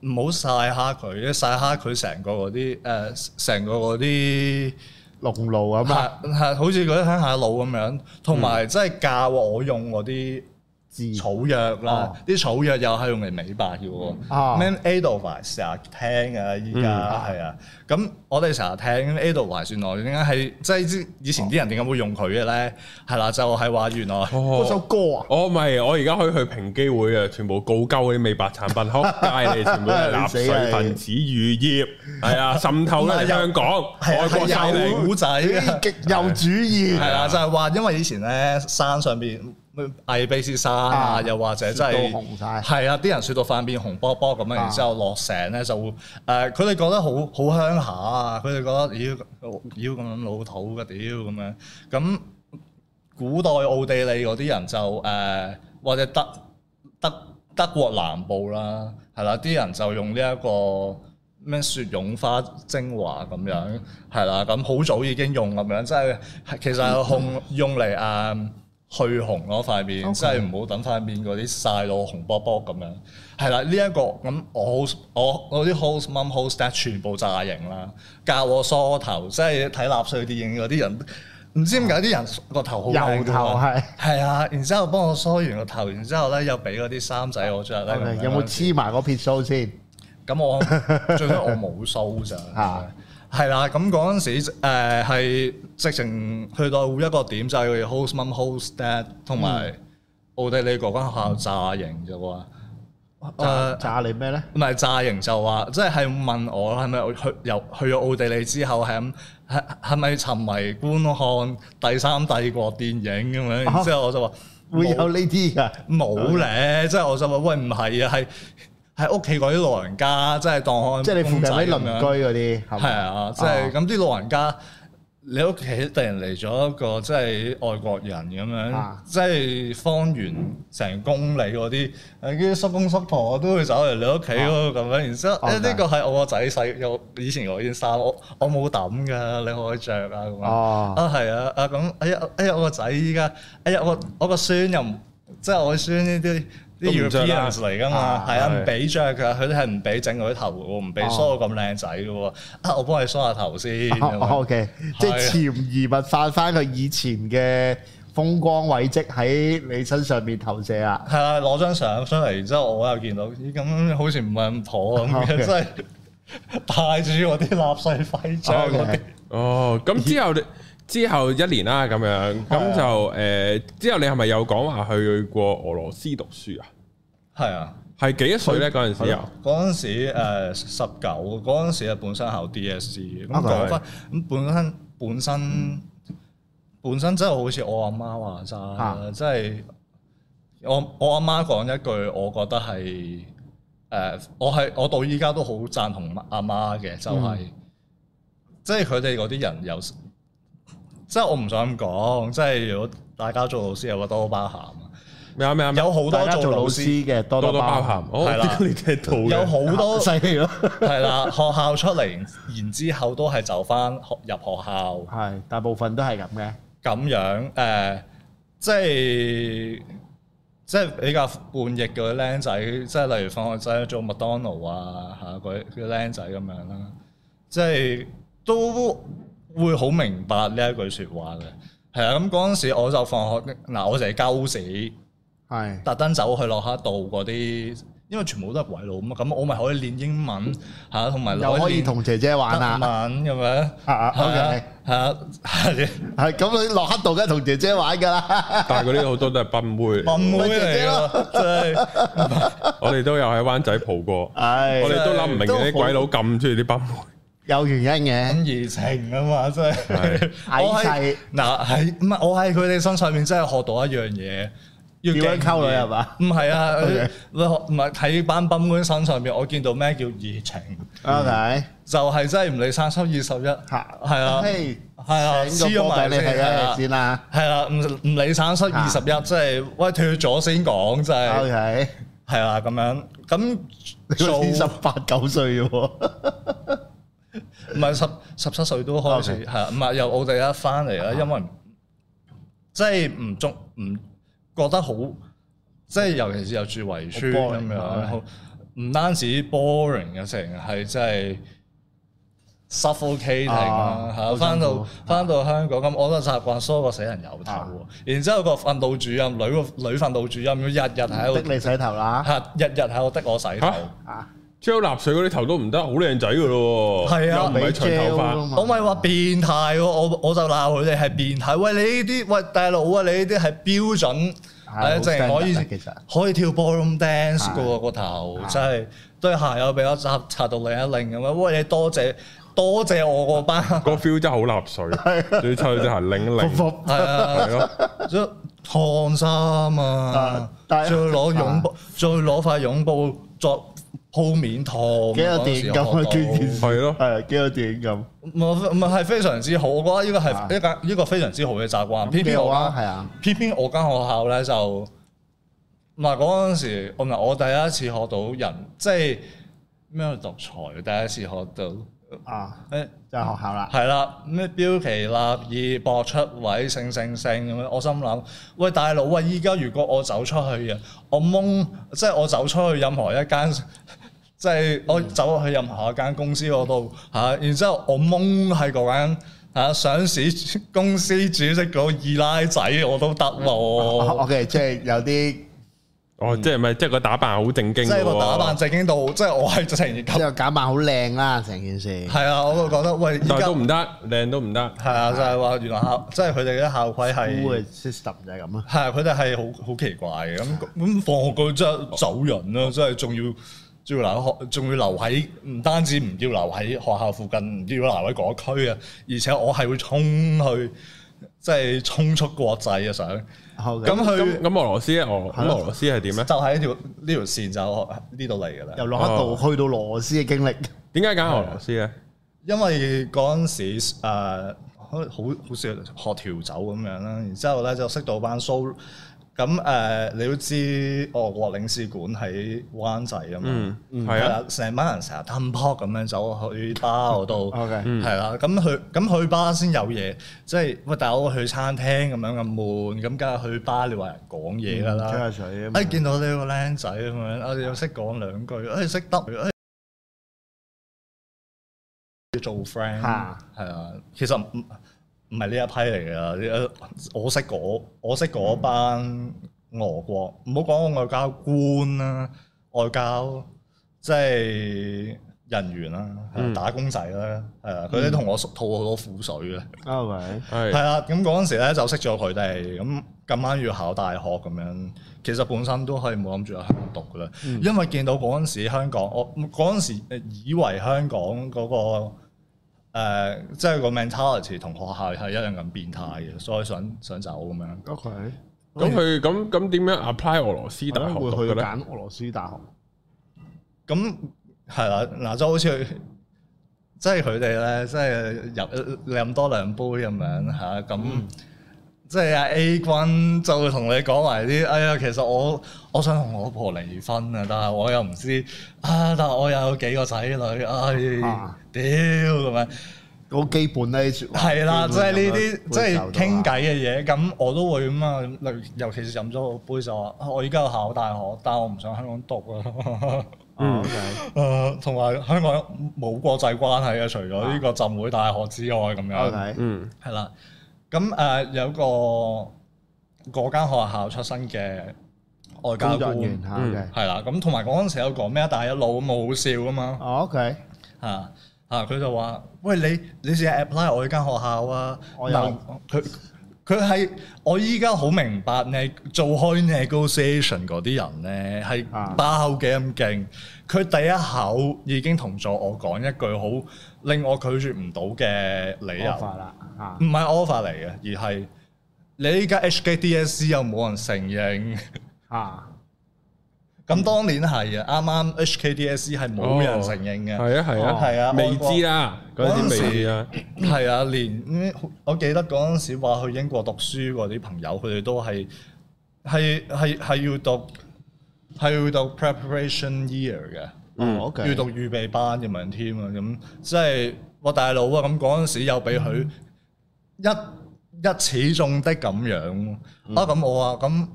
Speaker 3: 唔好曬蝦佢，曬蝦佢成個嗰啲誒，成個嗰啲
Speaker 2: 龍路啊嘛，
Speaker 3: 係係好似嗰啲鄉下佬咁樣，同埋即係教我用嗰啲。
Speaker 2: 字
Speaker 3: 草藥啦
Speaker 2: 哦，
Speaker 3: 啲草藥又係用嚟美白嘅喎。
Speaker 2: 啊
Speaker 3: 咩 Edelweiss 成日聽㗎，依家係啊。咁我哋成日聽 Edelweiss，原來點解係即係之以前啲人點解會用佢嘅咧？係啦，就係話原來
Speaker 2: 嗰首
Speaker 1: 哦，
Speaker 2: 歌啊，
Speaker 1: 我唔係，我而家可以去平機會啊，全部告鳩嗰啲美白產品，仆街你哋全部都係納
Speaker 2: 死啦你
Speaker 1: 粹分子餘孽，係啊，滲透咧香港，外
Speaker 3: 係啊
Speaker 1: 國勢
Speaker 3: 係有
Speaker 1: 力。
Speaker 3: 古仔嘅。
Speaker 2: 極右主義
Speaker 3: 係啦，就係話因為以前咧山上邊艾卑斯山啊，
Speaker 2: 啊
Speaker 3: 又或者真
Speaker 2: 雪
Speaker 3: 係
Speaker 2: 到紅晒
Speaker 3: 係啊，啲人雪到塊面紅卜卜咁樣，然之後落成咧就會誒，佢哋覺得好好鄉下啊，佢哋覺得妖妖咁樣老土嘅屌咁樣，咁古代奧地利嗰啲人就誒、或者德德德國南部啦，係啦，啲人就用呢、一個。咩雪絨花精華咁樣，係啦，咁好早已經用咁樣，即係其 實係控用嚟誒去紅嗰塊面，即係唔好等塊面嗰啲曬到紅卜卜咁樣。係啦，呢、一個咁我 host 我我啲 host mum host dad 全部炸型啦，教我梳頭，即係睇納粹電影嗰啲人。唔知點解啲人個頭好靚㗎
Speaker 2: 油頭係
Speaker 3: 係啊，然之後幫我梳完個頭，然之後咧又俾嗰啲衫仔我着咧。咁樣
Speaker 2: ，OK，有冇黐埋嗰撇須先？
Speaker 3: 咁我 最緊我冇須咋
Speaker 2: 啊，
Speaker 3: 係啦。咁嗰陣時誒係直情去到一個點，就係
Speaker 2: 嗯
Speaker 3: host mum host dad 同埋奧地利嗰間學校炸型啫喎。
Speaker 2: 炸
Speaker 3: 誒
Speaker 2: 炸你咩咧？
Speaker 3: 唔係炸型就話，即係問我係咪去由去咗奧地利之後係咁係係咪沉迷觀看第三帝國電影咁樣？然之後我就話
Speaker 2: 會
Speaker 3: 冇
Speaker 2: 有呢啲噶，
Speaker 3: 冇咧，即係我就話喂唔係啊，係喺屋企嗰啲老人家，即係當開
Speaker 2: 即係你附近啲鄰
Speaker 3: 公仔咁樣
Speaker 2: 居嗰啲係
Speaker 3: 係
Speaker 2: 咪？
Speaker 3: 啊，即係咁啲老人家，你屋企突然嚟咗一個即係外國人咁樣
Speaker 2: 啊，
Speaker 3: 即係方圓成公里嗰啲，誒啲叔公叔婆都會走嚟你屋企嗰度咁樣，然之後
Speaker 2: 哦
Speaker 3: 誒呢個係我個仔細有以前我件衫，我我冇抌㗎，你可以着啊咁樣。
Speaker 2: 哦，
Speaker 3: 啊係啊啊咁，哎呀哎呀我個仔依家，哎呀我我個孫又唔，即係我孫呢啲
Speaker 1: 都唔
Speaker 3: 啲
Speaker 1: 着啦
Speaker 3: Europeans 嚟噶
Speaker 2: 啊
Speaker 3: 嘛，係啊
Speaker 1: 係
Speaker 3: 唔俾着㗎，佢哋係唔俾整佢啲頭喎，唔俾
Speaker 2: 哦
Speaker 3: 梳到咁靚仔嘅喎，啊我幫你梳下頭先咁
Speaker 2: 哦
Speaker 3: 樣，
Speaker 2: ，OK，即係潛移默化翻佢以前嘅風光軌跡喺你身上面投射啊！
Speaker 3: 係啊攞張相出嚟，然之後我又見到咦咁好似唔係咁妥咁嘅，
Speaker 2: Okay
Speaker 3: 真係帶住我啲納税徽章嗰啲
Speaker 2: Okay，
Speaker 1: 哦，咁之後你之後一年啦，咁樣咁就诶，之後你係咪有講話去過俄羅斯讀書啊？
Speaker 3: 係啊。
Speaker 1: 係幾多歲咧？嗰陣時啊又
Speaker 3: 嗰陣時誒十九，嗰陣時啊本身考 DSE 嘅，咁
Speaker 2: Okay
Speaker 3: 講翻咁本身本身本身真係好似我阿媽話
Speaker 2: 啊
Speaker 3: 齋，即係我我阿媽講一句，我覺得係誒、我係我到依家都好贊同阿媽嘅，就係、
Speaker 2: 嗯
Speaker 3: 即係佢哋嗰啲人有，即係我唔想咁講，即係如果大家做老師又話多多包涵，
Speaker 1: 咩啊咩啊？咩啊
Speaker 3: 有好
Speaker 2: 大
Speaker 3: 多
Speaker 2: 家做
Speaker 3: 做
Speaker 2: 老
Speaker 3: 老師
Speaker 2: 師嘅多
Speaker 1: 多
Speaker 2: 多
Speaker 1: 多包
Speaker 2: 包
Speaker 1: 涵
Speaker 2: 涵，。
Speaker 1: 哦，
Speaker 3: 係啦
Speaker 1: 點解你踢到嘅
Speaker 3: 有好 多
Speaker 2: 犀利咯，
Speaker 3: 係啦，學校出嚟，然之後都係就翻學入學校
Speaker 2: 係大部分都係咁嘅。
Speaker 3: 咁樣誒、呃即係即係比較叛逆嘅僆仔，即係例如放學仔做麥當勞啊嚇嗰啲僆仔咁樣啦，即係都會好明白呢一句説話嘅。係啊，咁嗰陣時我就放學嗱，我就係鳩死。
Speaker 2: 係
Speaker 3: 特登走去落下道嗰啲，因為全部都係鬼佬咁啊，咁我咪可以練英文嚇，同埋
Speaker 2: 又可以
Speaker 3: 練
Speaker 2: 同姐姐玩
Speaker 3: 德
Speaker 2: 啊！
Speaker 3: 文咁樣。
Speaker 2: 啊啊，OK，À, Ờ,
Speaker 3: 係啊，係啊
Speaker 2: 係咁你落黑道梗係同姐姐玩㗎啦，
Speaker 1: 但係嗰啲好多都係賓妹嚟嘅，
Speaker 3: 笨妹嚟咯，真係
Speaker 1: 我哋都有喺灣仔蒲過，
Speaker 2: 唉
Speaker 1: 我，哋都諗唔明
Speaker 2: 都好
Speaker 1: 啲鬼佬咁中意啲賓妹。
Speaker 2: 有原因嘅，
Speaker 3: 咁怡情啊嘛，真係
Speaker 1: 係。
Speaker 2: 矮
Speaker 3: 我
Speaker 2: 細
Speaker 3: 係嗱喺唔係我喺佢哋身上面真係學到一樣嘢，要
Speaker 2: 點樣
Speaker 3: 敬
Speaker 2: 溝女
Speaker 3: 意
Speaker 2: 係嘛？
Speaker 3: 唔係啊，
Speaker 2: à? OK
Speaker 3: 你學唔係喺班賓妹身上面，我見到咩叫怡情，
Speaker 2: ，OK，
Speaker 3: 就係真係唔理三七二十一，係
Speaker 2: 嚇
Speaker 3: 啊。
Speaker 2: 嘿
Speaker 3: 係啊
Speaker 2: 整個波俾你睇
Speaker 3: 黐咗
Speaker 2: 啊
Speaker 3: 埋
Speaker 2: 先啦
Speaker 3: 係啦，唔唔理省失
Speaker 2: 啊
Speaker 3: 二十一，即係喂脱咗先講，即係
Speaker 2: À. Ờ, ，OK，
Speaker 3: 係啦咁樣。咁
Speaker 2: 你
Speaker 3: 做
Speaker 2: 先十八九歲啫喎，
Speaker 3: 唔係十十七歲都開
Speaker 2: OK 啊
Speaker 3: 始係啦，唔係由奧地利翻嚟啦，因為即係唔中唔覺得好，即係尤其是又住圍村
Speaker 2: 好
Speaker 3: 咁
Speaker 2: boring，
Speaker 3: 樣，
Speaker 2: 係
Speaker 3: 好唔單止 boring 嘅成日係真係 suffocating
Speaker 2: 啊
Speaker 3: 啦
Speaker 2: 好
Speaker 3: 嚇，
Speaker 2: 辛苦
Speaker 3: 翻到翻到香港咁，我都習慣梳個死人油頭喎
Speaker 2: 啊，
Speaker 3: 然之後個訓導主任女個女訓導主任，日日喺
Speaker 2: 逼
Speaker 3: 度
Speaker 2: 你洗啊頭啦，
Speaker 3: 嚇，日日喺度的我洗頭
Speaker 1: 嚇。
Speaker 2: 啊，
Speaker 1: 超納水嗰啲頭都唔得，好靚仔噶咯喎，
Speaker 3: 係啊
Speaker 1: 又唔係長頭
Speaker 2: 俾 gel 啊
Speaker 1: 髮，
Speaker 2: 嘛
Speaker 3: 我咪話變態喎，我我就鬧佢哋係變態。喂，你呢啲喂大佬啊，你呢啲係標準，
Speaker 2: 係
Speaker 3: 誒，淨係可以
Speaker 2: 好 standard 啊其實
Speaker 3: 可以跳 ballroom dance 嘅
Speaker 2: 係
Speaker 3: 喎個頭，
Speaker 2: 係
Speaker 3: 真係對鞋又俾我擦擦到另一另咁樣。喂，你多謝多謝我嗰 班，
Speaker 1: 個 feel 真係好納
Speaker 3: 啊
Speaker 1: 水，最臭就係擰一
Speaker 2: 服
Speaker 1: 擰，
Speaker 2: 服
Speaker 3: 係
Speaker 1: 係
Speaker 3: 啊，
Speaker 1: 咯，
Speaker 3: 仲要燙衫啊
Speaker 2: 啊，但係啊
Speaker 3: 仲要攞擁抱，仲要攞塊擁抱作鋪面燙。
Speaker 2: 幾有
Speaker 3: 嗰陣時
Speaker 2: 電感啊，
Speaker 3: 學到
Speaker 2: 件件事
Speaker 1: 係咯
Speaker 2: 係幾有電感，
Speaker 3: 唔係唔係係非常之好，我覺
Speaker 2: 啊
Speaker 3: 得呢個係一間呢個非常之好嘅習慣。偏
Speaker 2: 幾
Speaker 3: 偏
Speaker 2: 好
Speaker 3: 我
Speaker 2: 啊，
Speaker 3: 間
Speaker 2: 係啊，
Speaker 3: 偏偏我間學校咧就嗱嗰陣時，我嗱我第一次學到人即係咩獨裁，第一次學到
Speaker 2: 啊，
Speaker 3: 誒
Speaker 2: 就係學校啦，
Speaker 3: 係啦咩標奇立異、博出位、勝勝勝咁樣。我心諗喂大佬喂，依家如果我走出去啊，我蒙即係我走出去任何一間。 即係我走去任何一間公司嗰度嚇，然之後我蒙喺嗰間嚇上市公司主席嗰個二奶仔我都得
Speaker 2: 哦
Speaker 3: 喎，
Speaker 2: ，OK，即係有啲
Speaker 1: 哦，即係咪即係個打扮好正經
Speaker 3: 嗯即
Speaker 1: 嘅喎，
Speaker 3: 係個打扮正經到，即係我係直情
Speaker 2: 即
Speaker 3: 咁。
Speaker 2: 係假扮好靚啦，成件事。
Speaker 3: 係啊，我就覺得喂，依
Speaker 1: 但係
Speaker 3: 家
Speaker 1: 都唔得，靚都唔得。
Speaker 3: 係啊，就係話原來校，即係佢哋啲校規
Speaker 2: 酷
Speaker 3: 係
Speaker 2: 嘅 system 就係咁啊。
Speaker 3: 係啊佢哋係好好奇怪嘅。咁咁放學佢真係走人啦，即係仲要仲要留喺學，仲要留喺唔單止唔要留喺學校附近，唔要留喺嗰區啊，而且我係會衝去，即係衝出國際啊想。
Speaker 2: 好嘅
Speaker 3: 咁
Speaker 1: 咁
Speaker 3: 佢
Speaker 1: 咁俄羅斯咧，俄羅咁俄羅斯係點咧？啊
Speaker 3: 就喺呢條呢條線就呢度嚟㗎啦。
Speaker 2: 由洛克道去到羅斯嘅經歷，
Speaker 1: 點解揀俄羅斯咧？
Speaker 3: 因為嗰陣時誒、呃好好好似學調酒咁樣啦，然之後咧就識到班蘇，咁誒、呃你都知俄國領事館喺灣仔啊嘛，
Speaker 1: 嗯係啊，
Speaker 3: 成班人成日吞泡咁樣走去巴嗰
Speaker 1: 嗯
Speaker 3: 度
Speaker 2: OK
Speaker 3: 係啦，咁去咁去巴先有嘢，即係喂大佬去餐廳咁樣咁悶，咁梗係去巴你話人講嘢㗎
Speaker 1: 嗯
Speaker 3: 啦，
Speaker 2: 吹下水啊嘛
Speaker 3: 哎，見到你個僆仔咁樣，我哋又識講兩句，哎，識得，哎，要做 friend，
Speaker 2: 嚇
Speaker 3: 係啊，其實唔唔係呢一批嚟㗎，我識嗰我識嗰班俄國，唔好講外交官啦，外交即係人員啦，係啊打工仔啦，係啊，佢哋同我吐好多苦水嘅。
Speaker 2: ，OK，
Speaker 1: 係
Speaker 3: 係啊啦，咁嗰陣時咧就識咗佢哋，咁咁啱要考大學咁樣，其實本身都係冇諗住喺香港讀噶啦，因為見到嗰陣時香港，我嗰陣時以為香港嗰、個、呃、即係個 mentality 同學校係一樣咁變態嘅，所以想想走咁樣。
Speaker 2: OK，
Speaker 1: 咁佢咁咁點樣 apply 俄羅斯
Speaker 2: 點
Speaker 1: 大
Speaker 2: 解
Speaker 1: 學
Speaker 2: 會
Speaker 1: 讀嘅
Speaker 2: 去
Speaker 1: 咧？
Speaker 2: 揀俄羅斯大學？
Speaker 3: 咁係啦，嗱就好似即係佢哋咧，即係飲飲多兩杯咁樣嚇，咁、
Speaker 2: 嗯
Speaker 3: 即係阿 A 君就會同你講埋啲，哎呀，其實我我想同我老婆離婚啊，但係我又唔知啊，但係我又有幾個仔女，唉、
Speaker 2: 啊
Speaker 3: 屌咁樣。
Speaker 2: 好基本呢啲説話，
Speaker 3: 係啦，即係呢啲
Speaker 2: 基
Speaker 3: 即
Speaker 2: 本
Speaker 3: 係
Speaker 2: 上會受到
Speaker 3: 傾偈
Speaker 2: 啊。
Speaker 3: 嘅嘢，咁我都會咁啊。例如尤其是飲咗個杯就話，啊我依家要考大學，但我唔想香港讀啊。
Speaker 2: 嗯，OK，
Speaker 3: 誒，呃同埋香港冇國際關係啊嘅，除咗呢個浸會大學之外，咁樣
Speaker 2: 啊 OK，
Speaker 1: 嗯，
Speaker 3: 係啦。咁誒有個嗰間學校出身嘅外交
Speaker 2: 工作
Speaker 3: 官
Speaker 2: 人員嚇，OK，
Speaker 3: 係啦。咁同埋嗰陣時有講咩一帶一路咁好笑啊嘛
Speaker 2: 哦，OK，
Speaker 3: 嚇嚇，佢就話：喂你你試下 apply 我呢間學校啊！
Speaker 2: 我有
Speaker 3: 嗱佢佢係我依家好明白你做開 negotiation 嗰啲人咧係
Speaker 2: 啊
Speaker 3: 包幾咁勁，佢第一口已經同咗我講一句好令我拒絕唔到嘅理由，
Speaker 2: offer 啦嚇
Speaker 3: 唔，係 offer 嚟嘅，而係你依家 HKDSC 又冇人承認。
Speaker 2: 嚇
Speaker 3: 咁當年係啊，啱啱 HKDSE 係冇
Speaker 2: 哦
Speaker 3: 人承認嘅，
Speaker 1: 係啊係啊
Speaker 3: 係啊
Speaker 1: 未知啦，嗰陣時未知啦，
Speaker 3: 係啊，連嗯我記得嗰陣時話去英國讀書嗰啲朋友，佢哋都係係係係要讀係要讀 preparation year 嘅，
Speaker 2: 哦，OK，
Speaker 3: 要讀預備班咁樣添啊，咁即係我大佬啊，咁嗰陣時又俾佢一一始中的咁樣啊，咁我話咁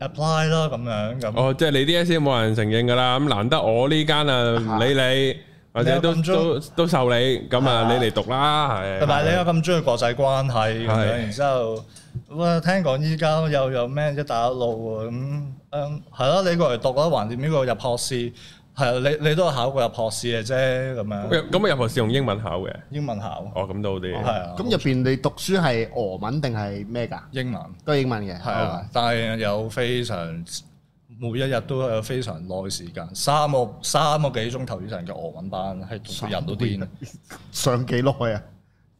Speaker 3: apply 啦咁樣咁。
Speaker 1: 哦，即係你啲 S 冇人承認噶啦，咁難得我呢間啊唔理你，或者都
Speaker 3: 你有咁中
Speaker 1: 都都受你，咁啊
Speaker 3: 係啊
Speaker 1: 你嚟讀啦，係
Speaker 3: 同埋你有咁中意國際關係咁
Speaker 1: 係
Speaker 3: 樣，然之後，哇！聽講依家又有咩一帶一路喎咁，嗯，係咯，你過嚟讀啦，橫掂呢個入學試，係啊，你你都係考過入學試嘅啫，咁樣
Speaker 1: 咁咁啊入學試用英文考嘅，
Speaker 3: 英文考，
Speaker 1: 哦咁都好
Speaker 3: 係
Speaker 1: 啲，
Speaker 3: 啊，
Speaker 2: 咁入邊你讀書係俄文定係咩㗎？
Speaker 3: 英文
Speaker 2: 都係英文嘅，哦
Speaker 3: 係啊，但係有非常每一日都有非常耐時間，三個三個幾鐘頭以上嘅俄文班，係讀到人都癲，
Speaker 2: 上幾耐啊？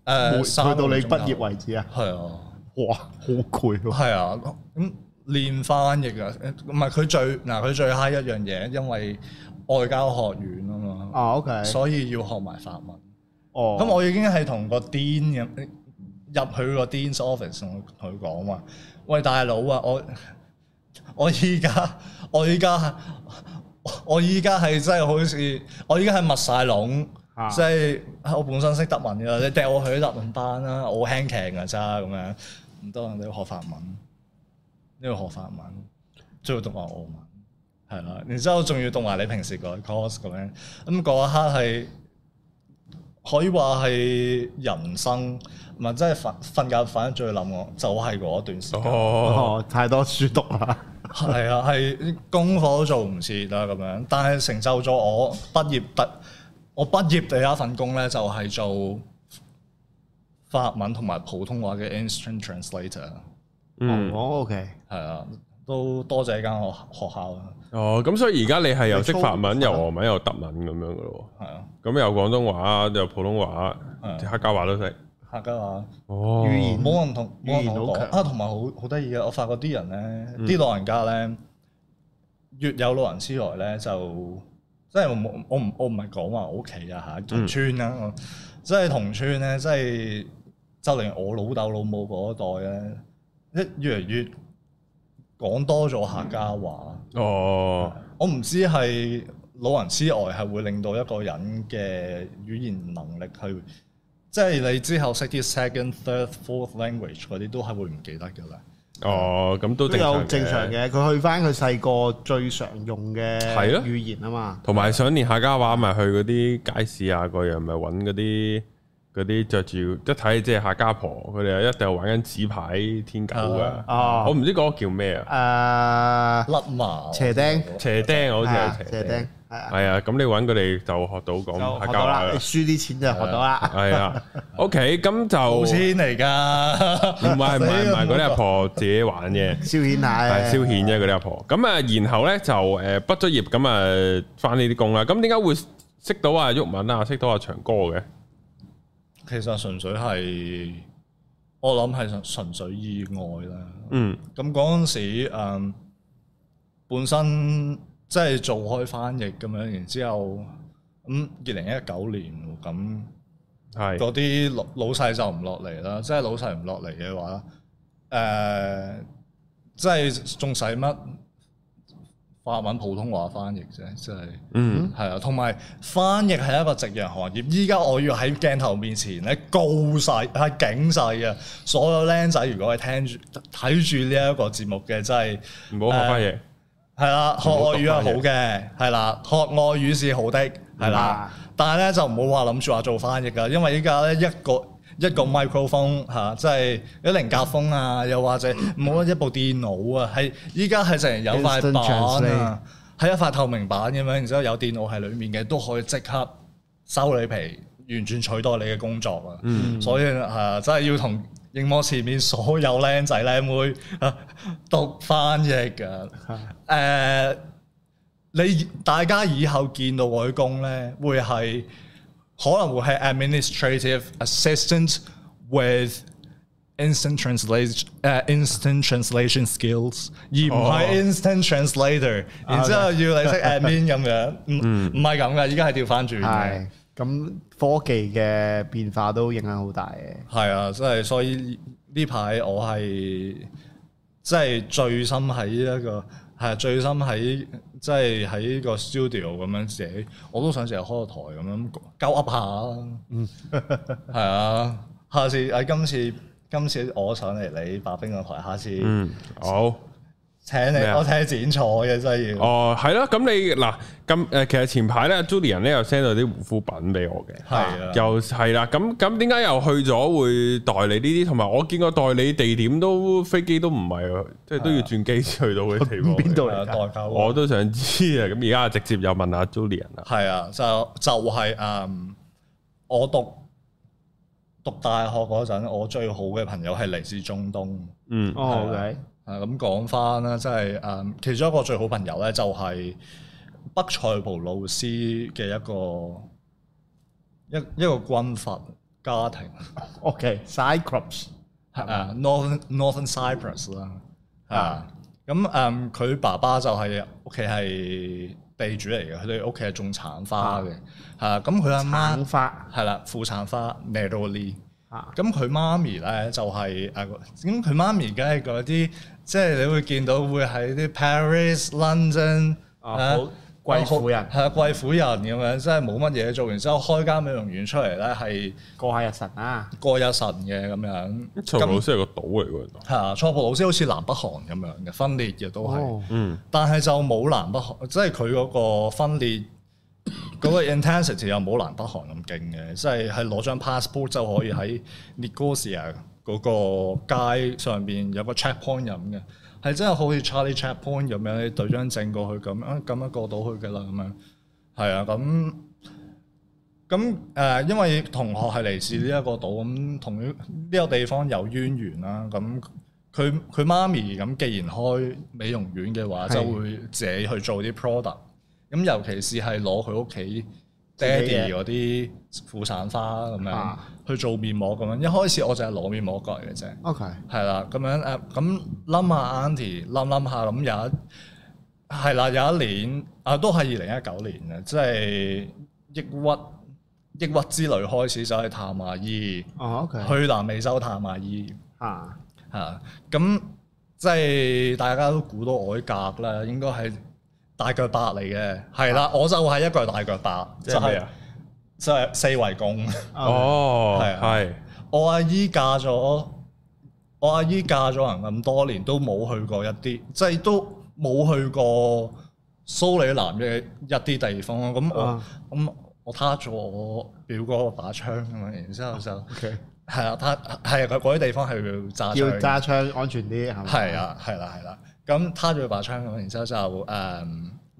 Speaker 2: 每
Speaker 3: 誒，
Speaker 2: 去
Speaker 3: 三個
Speaker 2: 到你
Speaker 3: 幾鐘頭
Speaker 2: 畢業為止啊！
Speaker 3: 係啊。
Speaker 2: 哇，好攰 喎！
Speaker 3: 係啊，咁練翻譯啊，唔係佢最嗱佢最 high 一樣嘢，因為外交學院啊嘛，
Speaker 2: 哦，OK，
Speaker 3: 所以要學埋法文。
Speaker 2: 哦，
Speaker 3: 咁我已經係同個 Dean 咁入去個 Dean's office 同佢講話，喂大佬啊，我我依家我依家我依家係真係好似我依家係密晒籠
Speaker 2: 啊，
Speaker 3: 即係我本身識德文㗎，你掟我去德文班啦，我好輕騎㗎咋咁樣，唔得啊，你要學法文，你要學法文，仲要讀埋俄文。係啦，然之後仲要讀埋你平時嗰 course 咁樣，咁嗰一刻係可以話係人生，唔係真係瞓瞓覺瞓得最冧我，就係嗰一段時間。
Speaker 1: 哦，
Speaker 2: 哦，太多書讀啦，
Speaker 3: 係啊，係功課都做唔切啦咁樣，但係成就咗我畢業第我畢業第一份工咧，就係做法文同埋普通話嘅 instant translator，
Speaker 1: 嗯，
Speaker 2: 哦，OK，
Speaker 3: 係啊，都多謝間學學校啊啦，
Speaker 1: 哦，咁所以而家你係又識法文，又俄文，又德文咁樣噶咯
Speaker 3: 係啊，
Speaker 1: 喎，咁又廣東話，又普通話，
Speaker 3: 係啊
Speaker 1: 客家話都識。
Speaker 3: 客家話。
Speaker 1: 哦，
Speaker 2: 語言
Speaker 3: 冇人同冇人
Speaker 2: 語言
Speaker 3: 同我
Speaker 2: 好
Speaker 3: 講
Speaker 2: 強嗯
Speaker 3: 啊，同埋好好得意嘅，我發覺啲人咧，啲老人家咧，越有老人痴呆咧，就即係我冇我唔我唔係講話我屋企啊
Speaker 2: 嗯
Speaker 3: 嚇，同村啦，我即係同村咧，即係就連我老豆老母嗰一代咧，一越嚟越講多咗客家話。
Speaker 1: 哦，
Speaker 3: 我唔知係老人痴呆係會令到一個人嘅語言能力去，即係你之後識啲 second、third、fourth language 嗰啲都係會唔記得㗎啦。
Speaker 1: 哦，咁都
Speaker 2: 都
Speaker 1: 正
Speaker 2: 有
Speaker 1: 常
Speaker 2: 正常
Speaker 1: 嘅。
Speaker 2: 嘅。佢去翻佢細個最常用嘅
Speaker 1: 係咯
Speaker 2: 語言啊嘛，
Speaker 1: 同埋想練客家話，咪去嗰啲街市啊，嗰樣咪揾嗰啲嗰啲着住一睇即係客家婆，佢哋一定玩緊紙牌天狗噶。
Speaker 2: 啊
Speaker 1: 我唔知嗰個叫咩啊，
Speaker 2: 誒
Speaker 3: 甩麻
Speaker 2: 斜釘
Speaker 1: 斜釘好似
Speaker 2: 啊
Speaker 1: 係
Speaker 2: 斜
Speaker 1: 斜
Speaker 2: 釘
Speaker 1: 釘。
Speaker 2: 係啊，
Speaker 1: 係啊，咁你揾佢哋就學到
Speaker 2: 就
Speaker 1: 講
Speaker 2: 學
Speaker 1: 客家
Speaker 2: 到
Speaker 1: 話
Speaker 2: 啦，
Speaker 1: 啦
Speaker 2: 你。輸啲錢就學到啦。
Speaker 1: 係啊，OK，咁就
Speaker 3: 好
Speaker 1: 唔
Speaker 3: 錢嚟㗎，啊
Speaker 1: 係唔係 唔係嗰啲啊阿
Speaker 3: 婆。
Speaker 1: 婆自己玩嘅。
Speaker 2: 消遣下
Speaker 1: 係消
Speaker 2: 嘅，
Speaker 1: 遣啫，嗰啲阿婆。咁啊，然後咧就誒畢咗業，咁啊翻呢啲工啦。咁點解會識到阿鬱文啊，識到阿長哥嘅？
Speaker 3: 其實純粹係我諗係純純粹意外啦。
Speaker 1: 嗯，
Speaker 3: 咁嗰陣時，嗯，本身即係做開翻譯咁樣，然之後咁二零一九年喎咁。
Speaker 1: 係，
Speaker 3: 嗰啲老老細就唔落嚟啦，即係老細唔落嚟嘅話，誒、即係仲使乜法文普通話翻譯啫？即係
Speaker 1: 嗯，
Speaker 3: 係啊，同埋翻譯係一個夕陽行業。依家我要喺鏡頭面前咧高晒，係警世嘅所有僆仔，如果係聽住睇住呢一個節目嘅，真係〜
Speaker 1: 唔好學翻嘢。
Speaker 3: 係啦，學外語係好
Speaker 1: 唔好讀
Speaker 3: 嘅，係啦，學外語是好的，係啦
Speaker 2: 啊。
Speaker 3: 但係咧就唔好話諗住話做翻譯㗎，因為依家咧一個一個 microphone 嚇、即係一零夾風啊，又或者冇一部電腦啊，係依家係成有塊
Speaker 2: Instant
Speaker 3: 板
Speaker 2: translate
Speaker 3: 啊，係一塊透明板咁樣，然之後有電腦喺裡面嘅，都可以即刻收你皮，完全取代你嘅工作啊。
Speaker 2: 嗯
Speaker 3: 所以係啊，真係要同。熒幕前面所有僆仔僆妹啊 讀翻譯㗎，啊誒、你大家以後見到我嘅工咧，會係可能會係 administrative assistant with instant translation 誒、instant translation skills，而唔係 instant translator，、然之後要你識 admin 咁樣，唔唔係咁嘅，依家係調翻轉嘅
Speaker 2: 係。咁科技嘅變化都影響好大嘅。
Speaker 3: 係啊，真係所以呢排我係即係最深喺一個係最深喺即係喺個 studio 咁樣自己，我都想成日開個台咁樣鳩噏下啊。嗯，係啊，下次喺今次今次我上嚟你白冰個台，下次
Speaker 1: 嗯，好。
Speaker 3: 請你
Speaker 1: 咩啊
Speaker 3: 我請你剪彩嘅真係要。
Speaker 1: 哦，係啦。咁你嗱咁誒，其實前排咧，Julian 咧又 send 咗啲護膚品俾我嘅。
Speaker 3: 係啊，
Speaker 1: 又係啦，咁咁點解又去咗會代理呢啲？同埋我見過代理地點都飛機都唔係，即係都要轉機去到嘅地方。
Speaker 2: 邊度
Speaker 3: 係啊
Speaker 2: 嚟
Speaker 3: 代
Speaker 2: 㗎？
Speaker 3: 購啊
Speaker 1: 我都想知啊！咁而家直接又問阿 Julian 啦。
Speaker 3: 係啊，就就係、嗯，我讀讀大學嗰陣，我最好嘅朋友係嚟自中東。
Speaker 1: 嗯，
Speaker 2: 哦，OK，
Speaker 3: 啊，咁講翻啦，即係誒，其中一個最好朋友咧，就係北塞浦路斯嘅一個一一個軍閥家庭，
Speaker 2: OK，Cyclops 係嘛？
Speaker 3: 誒 Northern Northern Cyprus 啦，啊，咁誒佢爸爸就係屋企係地主嚟嘅，佢哋屋企係種橙花嘅，啊，咁佢阿媽
Speaker 2: 橙花
Speaker 3: 係啦，副產花 n e r o l i
Speaker 2: 啊
Speaker 3: 咁佢媽咪咧就係、誒，咁佢媽咪梗係嗰啲，即係你會見到會喺啲 Paris、London
Speaker 2: 啊好貴婦人
Speaker 3: 係啊貴婦人咁樣，即係冇乜嘢做，完之後開間美容院出嚟咧係
Speaker 2: 過下日神啊！
Speaker 3: 過一神嘅咁樣。
Speaker 1: 曹老師係個島嚟喎，原來
Speaker 3: 係啊，初步老師好似南北韓咁樣嘅分裂嘅都係。
Speaker 2: 哦
Speaker 1: 嗯，
Speaker 3: 但係就冇南北韓，即係佢嗰個分裂嗰、個 intensity 又冇南北韓咁勁嘅，即係係攞張 passport 就可以喺 Nicosia 嗰個街上邊有個 checkpoint 飲嘅，係真係好似 Charlie Chaplin 咁樣，你對張證過去咁，啊咁樣過到去㗎啦咁樣。係啊，咁咁誒，因為同學係嚟自呢一個島，咁同呢呢個地方有淵源啦。咁佢佢媽咪咁，既然開美容院嘅話，
Speaker 2: 係
Speaker 3: 就會自己去做啲 product。咁尤其是係攞佢屋企爹
Speaker 2: 自己嘅
Speaker 3: 哋嗰啲副產花咁樣
Speaker 2: 啊
Speaker 3: 去做面膜咁樣。一開始我就係攞面膜過嚟嘅啫。
Speaker 2: OK，
Speaker 3: 係啦，咁樣誒，咁冧下 Auntie，冧冧下，咁有一係啦，有一年啊，都係二零一九年啊嘅，即係抑鬱抑鬱之旅開始走去探阿姨，
Speaker 2: 哦 OK，
Speaker 3: 去南美洲探阿姨
Speaker 2: 啊，
Speaker 3: 嚇，咁即係大家都估到我啲格啦，應該係大腳八嚟嘅，係啦，我就係一個大腳八，
Speaker 1: 即
Speaker 3: 就
Speaker 1: 係咩
Speaker 3: 係
Speaker 1: 啊？
Speaker 3: 即係四圍公。
Speaker 1: 哦，
Speaker 3: 係啊
Speaker 1: 係
Speaker 3: 我阿姨嫁咗，我阿姨嫁咗人咁多年都冇去過一啲，即係都冇去過蘇里南嘅一啲地方。咁我
Speaker 2: 啊
Speaker 3: 咁、我攤咗我表哥把槍咁樣，然之後就
Speaker 2: OK，
Speaker 3: 係啦，他係佢嗰啲地方係要揸
Speaker 2: 要
Speaker 3: 槍嘅。
Speaker 2: 揸槍安全啲係咪？
Speaker 3: 係，啊，係啦，係啦。咁攤咗佢把槍咁，然之後就誒、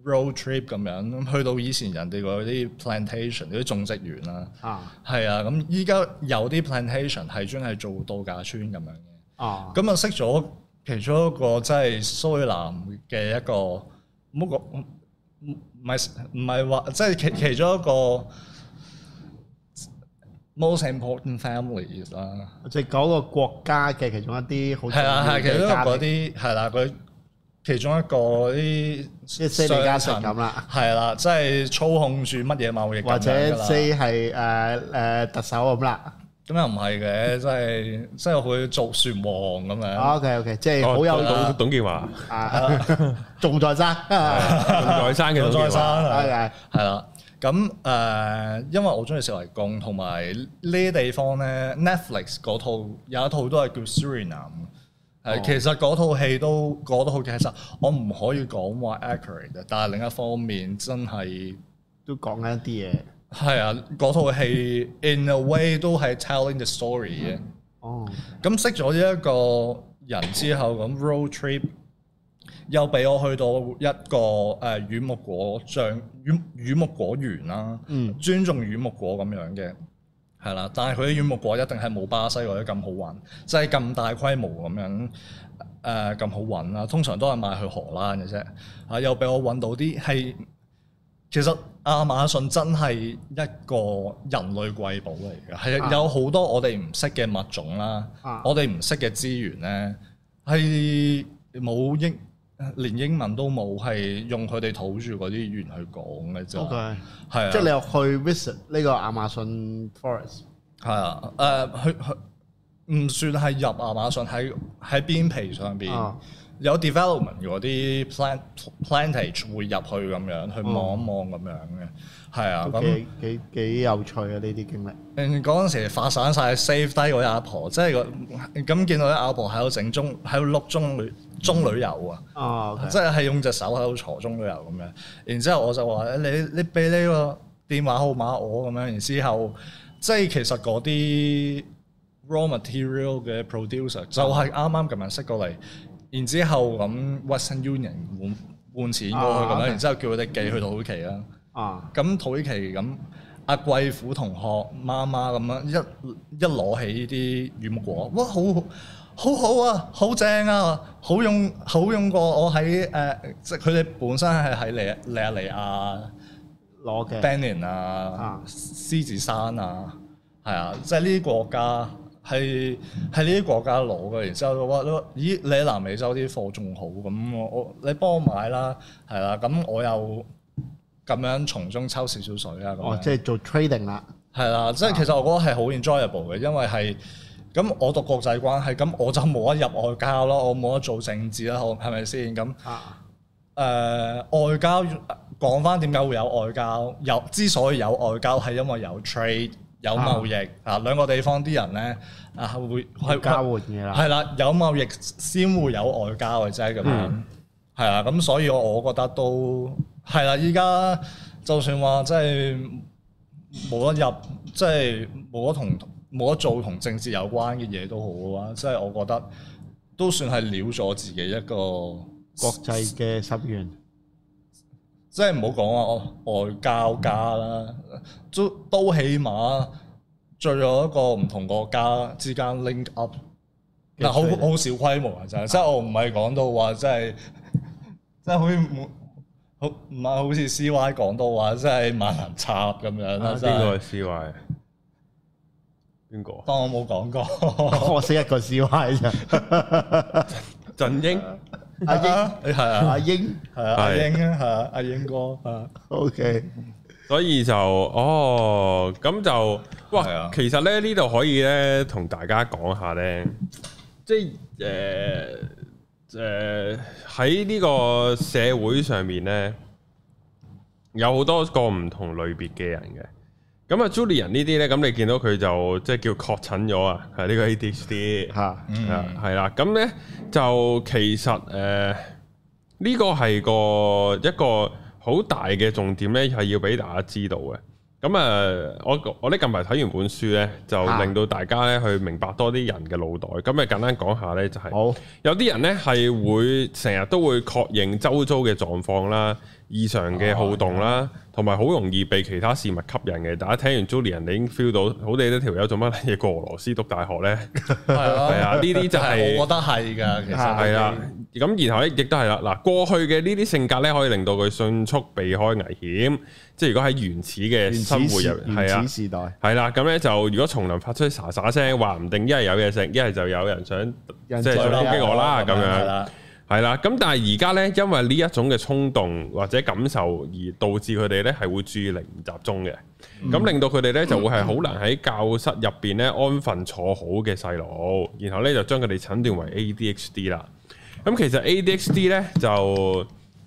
Speaker 3: road trip 咁樣，咁去到以前人哋嗰啲 plantation 嗰啲種植園啦。
Speaker 2: 啊，
Speaker 3: 係啊，咁依家有啲 plantation 係專係做度假村咁樣嘅，
Speaker 2: 哦，
Speaker 3: 咁啊識咗其中一個即係蘇里南嘅一個，唔好講唔唔係唔係話即係其其中一個 most important families 啦，
Speaker 2: 即係嗰個國家嘅其中一啲好重
Speaker 3: 係啦
Speaker 2: 要
Speaker 3: 係其中
Speaker 2: 嘅
Speaker 3: 一個
Speaker 2: 家
Speaker 3: 嗰
Speaker 2: 庭，
Speaker 3: 啲係啦佢其中一個啲
Speaker 2: 即係西利加城咁啦，
Speaker 3: 係啦，即係操控住乜嘢貿易咁樣㗎啦
Speaker 2: 或者即係誒誒特首咁啦。
Speaker 3: 咁又唔係嘅，即係即係佢做船王咁樣。
Speaker 2: OK OK，即係
Speaker 1: 哦
Speaker 2: 好有
Speaker 1: 董董建華，
Speaker 2: 啊， 仲在生啊，
Speaker 1: 仲在生嘅董
Speaker 3: 再
Speaker 1: 建
Speaker 3: 生
Speaker 1: 華，
Speaker 3: 啊，
Speaker 2: 係
Speaker 3: 係啦。咁誒、呃因為我中意食為公，同埋呢啲地方咧，Netflix 嗰套有一套都係叫 Suriname 係、
Speaker 2: 哦
Speaker 3: 其實嗰套戲都嗰套劇，其實我唔可以講話 accurate 嘅，但係另一方面真係
Speaker 2: 都講緊一啲嘢。
Speaker 3: 係啊，嗰套戲 in a way 都係 telling the story 嘅。
Speaker 2: 哦，
Speaker 3: 咁識咗呢一個人之後，咁 road trip 又俾我去到一個誒、呃、乳木果醬乳乳木果園啦，
Speaker 2: 嗯
Speaker 3: 尊重乳木果咁樣嘅，係啦。但係佢啲乳木果一定係冇巴西嗰啲咁好揾，即係咁大規模咁樣誒咁好揾啦。通常都係賣去荷蘭嘅啫，啊又俾我揾到啲係。其實亞馬遜真係一個人類瑰寶嚟嘅，係
Speaker 2: 啊
Speaker 3: 有好多我哋唔識嘅物種啦，
Speaker 2: 啊
Speaker 3: 我哋唔識嘅資源咧，係冇英連英文都冇，係用佢哋土著嗰啲語言去講嘅啫。
Speaker 2: OK，
Speaker 3: 係啊，
Speaker 2: 即係你又去 visit 呢個亞馬遜 forest。
Speaker 3: 係啊，誒、去去唔算係入亞馬遜，喺喺邊皮上邊、
Speaker 2: 啊
Speaker 3: 有 development 嗰啲 plant plantage 會入去咁樣去
Speaker 2: 嗯
Speaker 3: 望一望咁樣嘅，係啊
Speaker 2: 都
Speaker 3: 咁。
Speaker 2: 幾幾幾有趣啊！呢啲經歷，
Speaker 3: 誒嗰陣時發散晒 save 低嗰啲阿婆，即係個咁見到啲阿婆喺度整中喺度碌中旅中旅遊啊，
Speaker 2: 哦，OK，
Speaker 3: 即係係用隻手喺度坐中旅遊咁樣。然之後我就話你你俾呢個電話號碼我咁樣，然之後即係其實嗰啲 raw material 嘅 producer 就係啱
Speaker 2: 啊
Speaker 3: 啱咁樣識過嚟，然之後咁 Western Union 換換錢過去咁
Speaker 2: 啊
Speaker 3: 樣，
Speaker 2: ，OK
Speaker 3: 然之後叫佢哋寄去土耳其啦。
Speaker 2: 啊，
Speaker 3: 咁土耳其咁，阿貴婦同學媽媽咁樣一一攞起呢啲乳木果，哇，好好好啊，好正啊，好用好用過我喺誒、呃即係佢哋本身係喺利利亞利亞、
Speaker 2: 攞嘅
Speaker 3: Benin 啊
Speaker 2: 啊、
Speaker 3: 獅子山啊，係啊，即係呢啲國家。係係呢啲國家攞嘅，然之後哇，咦你喺南美洲啲貨仲好咁，我我你幫我買啦，係啦，咁我又咁樣從中抽少少水啊，咁樣
Speaker 2: 哦，即係做啊 trading 啦，
Speaker 3: 係啦，即係其實我覺得係好 enjoyable 嘅，因為係咁我讀國際關係，咁我就冇得入外交咯，我冇得做政治啦，好係咪先？咁誒、
Speaker 2: 啊，
Speaker 3: 呃外交講翻點解會有外交？有之所以有外交係因為有 trade 有貿易啊，兩個地方啲人咧啊會
Speaker 2: 去交換嘢啦，
Speaker 3: 係啦，有貿易先會有外交嘅啫，咁樣係啊，咁所以我覺得都係啦。依家就算話即係冇得入，即係冇得同冇得做同政治有關嘅嘢都好嘅話，即係我覺得都算係了咗自己一個，
Speaker 2: 國際嘅心願，
Speaker 3: 即係唔好講啊我外交家啦，都都起碼最有一個唔同國家之間 link up，
Speaker 2: 嘅
Speaker 3: 嗱好
Speaker 2: 水平
Speaker 3: 好少規模啊真係，即係我唔係講到話即係，即係好似冇好唔係好似 C Y 講到話即係萬能插咁樣啦，啊真
Speaker 1: 啊邊
Speaker 3: 係
Speaker 1: 個係 C Y？邊個？
Speaker 3: 當我冇講 過。
Speaker 2: 我識一個 C Y 咋，
Speaker 1: 振英
Speaker 2: 阿英
Speaker 3: 英 係啊，
Speaker 2: 阿英
Speaker 3: 係啊，阿
Speaker 1: 係
Speaker 3: 英啊，係啊，阿英哥啊，
Speaker 2: ，OK，
Speaker 1: 所以就哦，咁就
Speaker 3: 係啊
Speaker 1: 哇，其實咧呢度可以咧同大家講下咧，即係诶诶喺呢個社會上面咧，有好多個唔同類別嘅人嘅。咁啊，Julian 呢啲咧，咁你見到佢就即係叫確診咗啊，係呢個 ADHD。
Speaker 2: 嚇，
Speaker 1: 啊，
Speaker 3: 嗯，
Speaker 1: 系啦，咁咧就其實诶呢個係個一個好大嘅重點咧，係要俾大家知道嘅。咁啊，呃我我呢近排睇完本書咧，就
Speaker 2: 啊
Speaker 1: 令到大家咧去明白多啲人嘅腦袋。咁啊，簡單講下咧，就係
Speaker 2: 好，
Speaker 1: 有啲人咧係會成日都會確認周遭嘅狀況啦、異常嘅好動啦，同埋好容易被其他事物吸引嘅。大家聽完 Julian，你已經 feel 到，好地呢條友做乜嘢過俄羅斯讀大學咧？
Speaker 3: 係啊
Speaker 1: 係啊呢啲就係
Speaker 3: 我覺得係㗎，其實
Speaker 2: 啊
Speaker 1: 係啦，咁然後咧亦都係啦，嗱過去嘅呢啲性格咧，可以令到佢迅速避開危險，即係如果喺原始嘅
Speaker 2: 原始
Speaker 1: 生活
Speaker 2: 時
Speaker 1: 入係
Speaker 2: 原
Speaker 1: 啊
Speaker 2: 始。時代，
Speaker 1: 係啦，咁咧就如果叢林發出沙沙聲，話唔定一係有嘢食，一係就有人想
Speaker 2: 人
Speaker 1: 即係
Speaker 2: 在
Speaker 1: 想
Speaker 2: 啦
Speaker 1: 攻擊我啦咁
Speaker 3: 係
Speaker 1: 樣。
Speaker 3: 啦，
Speaker 1: 係啦，咁但係而家咧，因為呢一種嘅衝動或者感受而導致佢哋咧係會注意力唔集中嘅，
Speaker 2: 嗯
Speaker 1: 咁令到佢哋咧就會係好難喺教室入邊咧安分坐好嘅細路，然後咧就將佢哋診斷為 ADHD 啦。咁其實 ADHD 咧就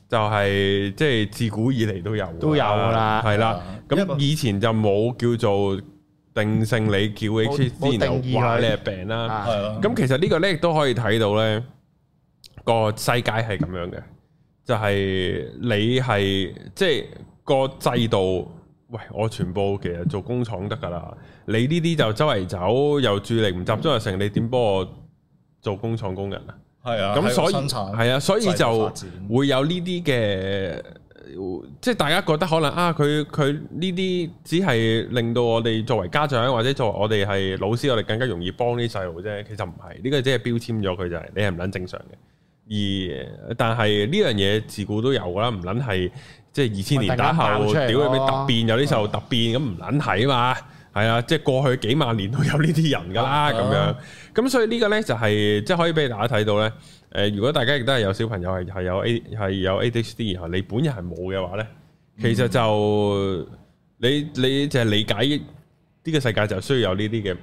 Speaker 1: 就係即係自古以嚟都有㗎
Speaker 2: 都有㗎啦
Speaker 1: 係啦。咁以前就冇叫做定性你叫
Speaker 2: 冇
Speaker 1: ADHD，然
Speaker 2: 定義佢
Speaker 1: 後話你係病啦。
Speaker 2: 啊
Speaker 3: 係咯，
Speaker 1: 咁其實呢個咧亦都可以睇到咧，個世界係咁樣嘅，就係、你係即係個制度。喂，我全部其實做工廠得㗎啦，你呢啲就周圍走，又注意力唔集中又成，你點幫我做工廠工人啊？
Speaker 3: 係啊，
Speaker 1: 咁
Speaker 3: 喺
Speaker 1: 所
Speaker 3: 個
Speaker 1: 以
Speaker 3: 生產
Speaker 1: 係啊，所以
Speaker 3: 制度
Speaker 1: 就
Speaker 3: 發展
Speaker 1: 會有呢啲嘅，即係大家覺得可能啊，佢佢呢啲只係令到我哋作為家長或者作為我哋係老師，我哋更加容易幫啲細路啫。其實唔係，呢個只係標籤咗佢就係你係唔撚正常嘅。而但係呢樣嘢自古都有㗎啦，唔撚係即係二千年打後，屌
Speaker 2: 突然間爆出嚟
Speaker 1: 你
Speaker 2: 咯
Speaker 1: 咪突變，有啲細路突變咁唔撚係啊嘛。係啊，即係過去幾萬年都有呢啲人㗎啦，咁樣
Speaker 3: 啊。
Speaker 1: 咁所以呢個呢，就係、即係可以俾大家睇到呢。誒、如果大家亦都係有小朋友係係有 A 係有 ADHD，然後你本人係冇嘅話呢，其
Speaker 2: 嗯
Speaker 1: 實就你你就係理解呢個世界就需要有呢啲嘅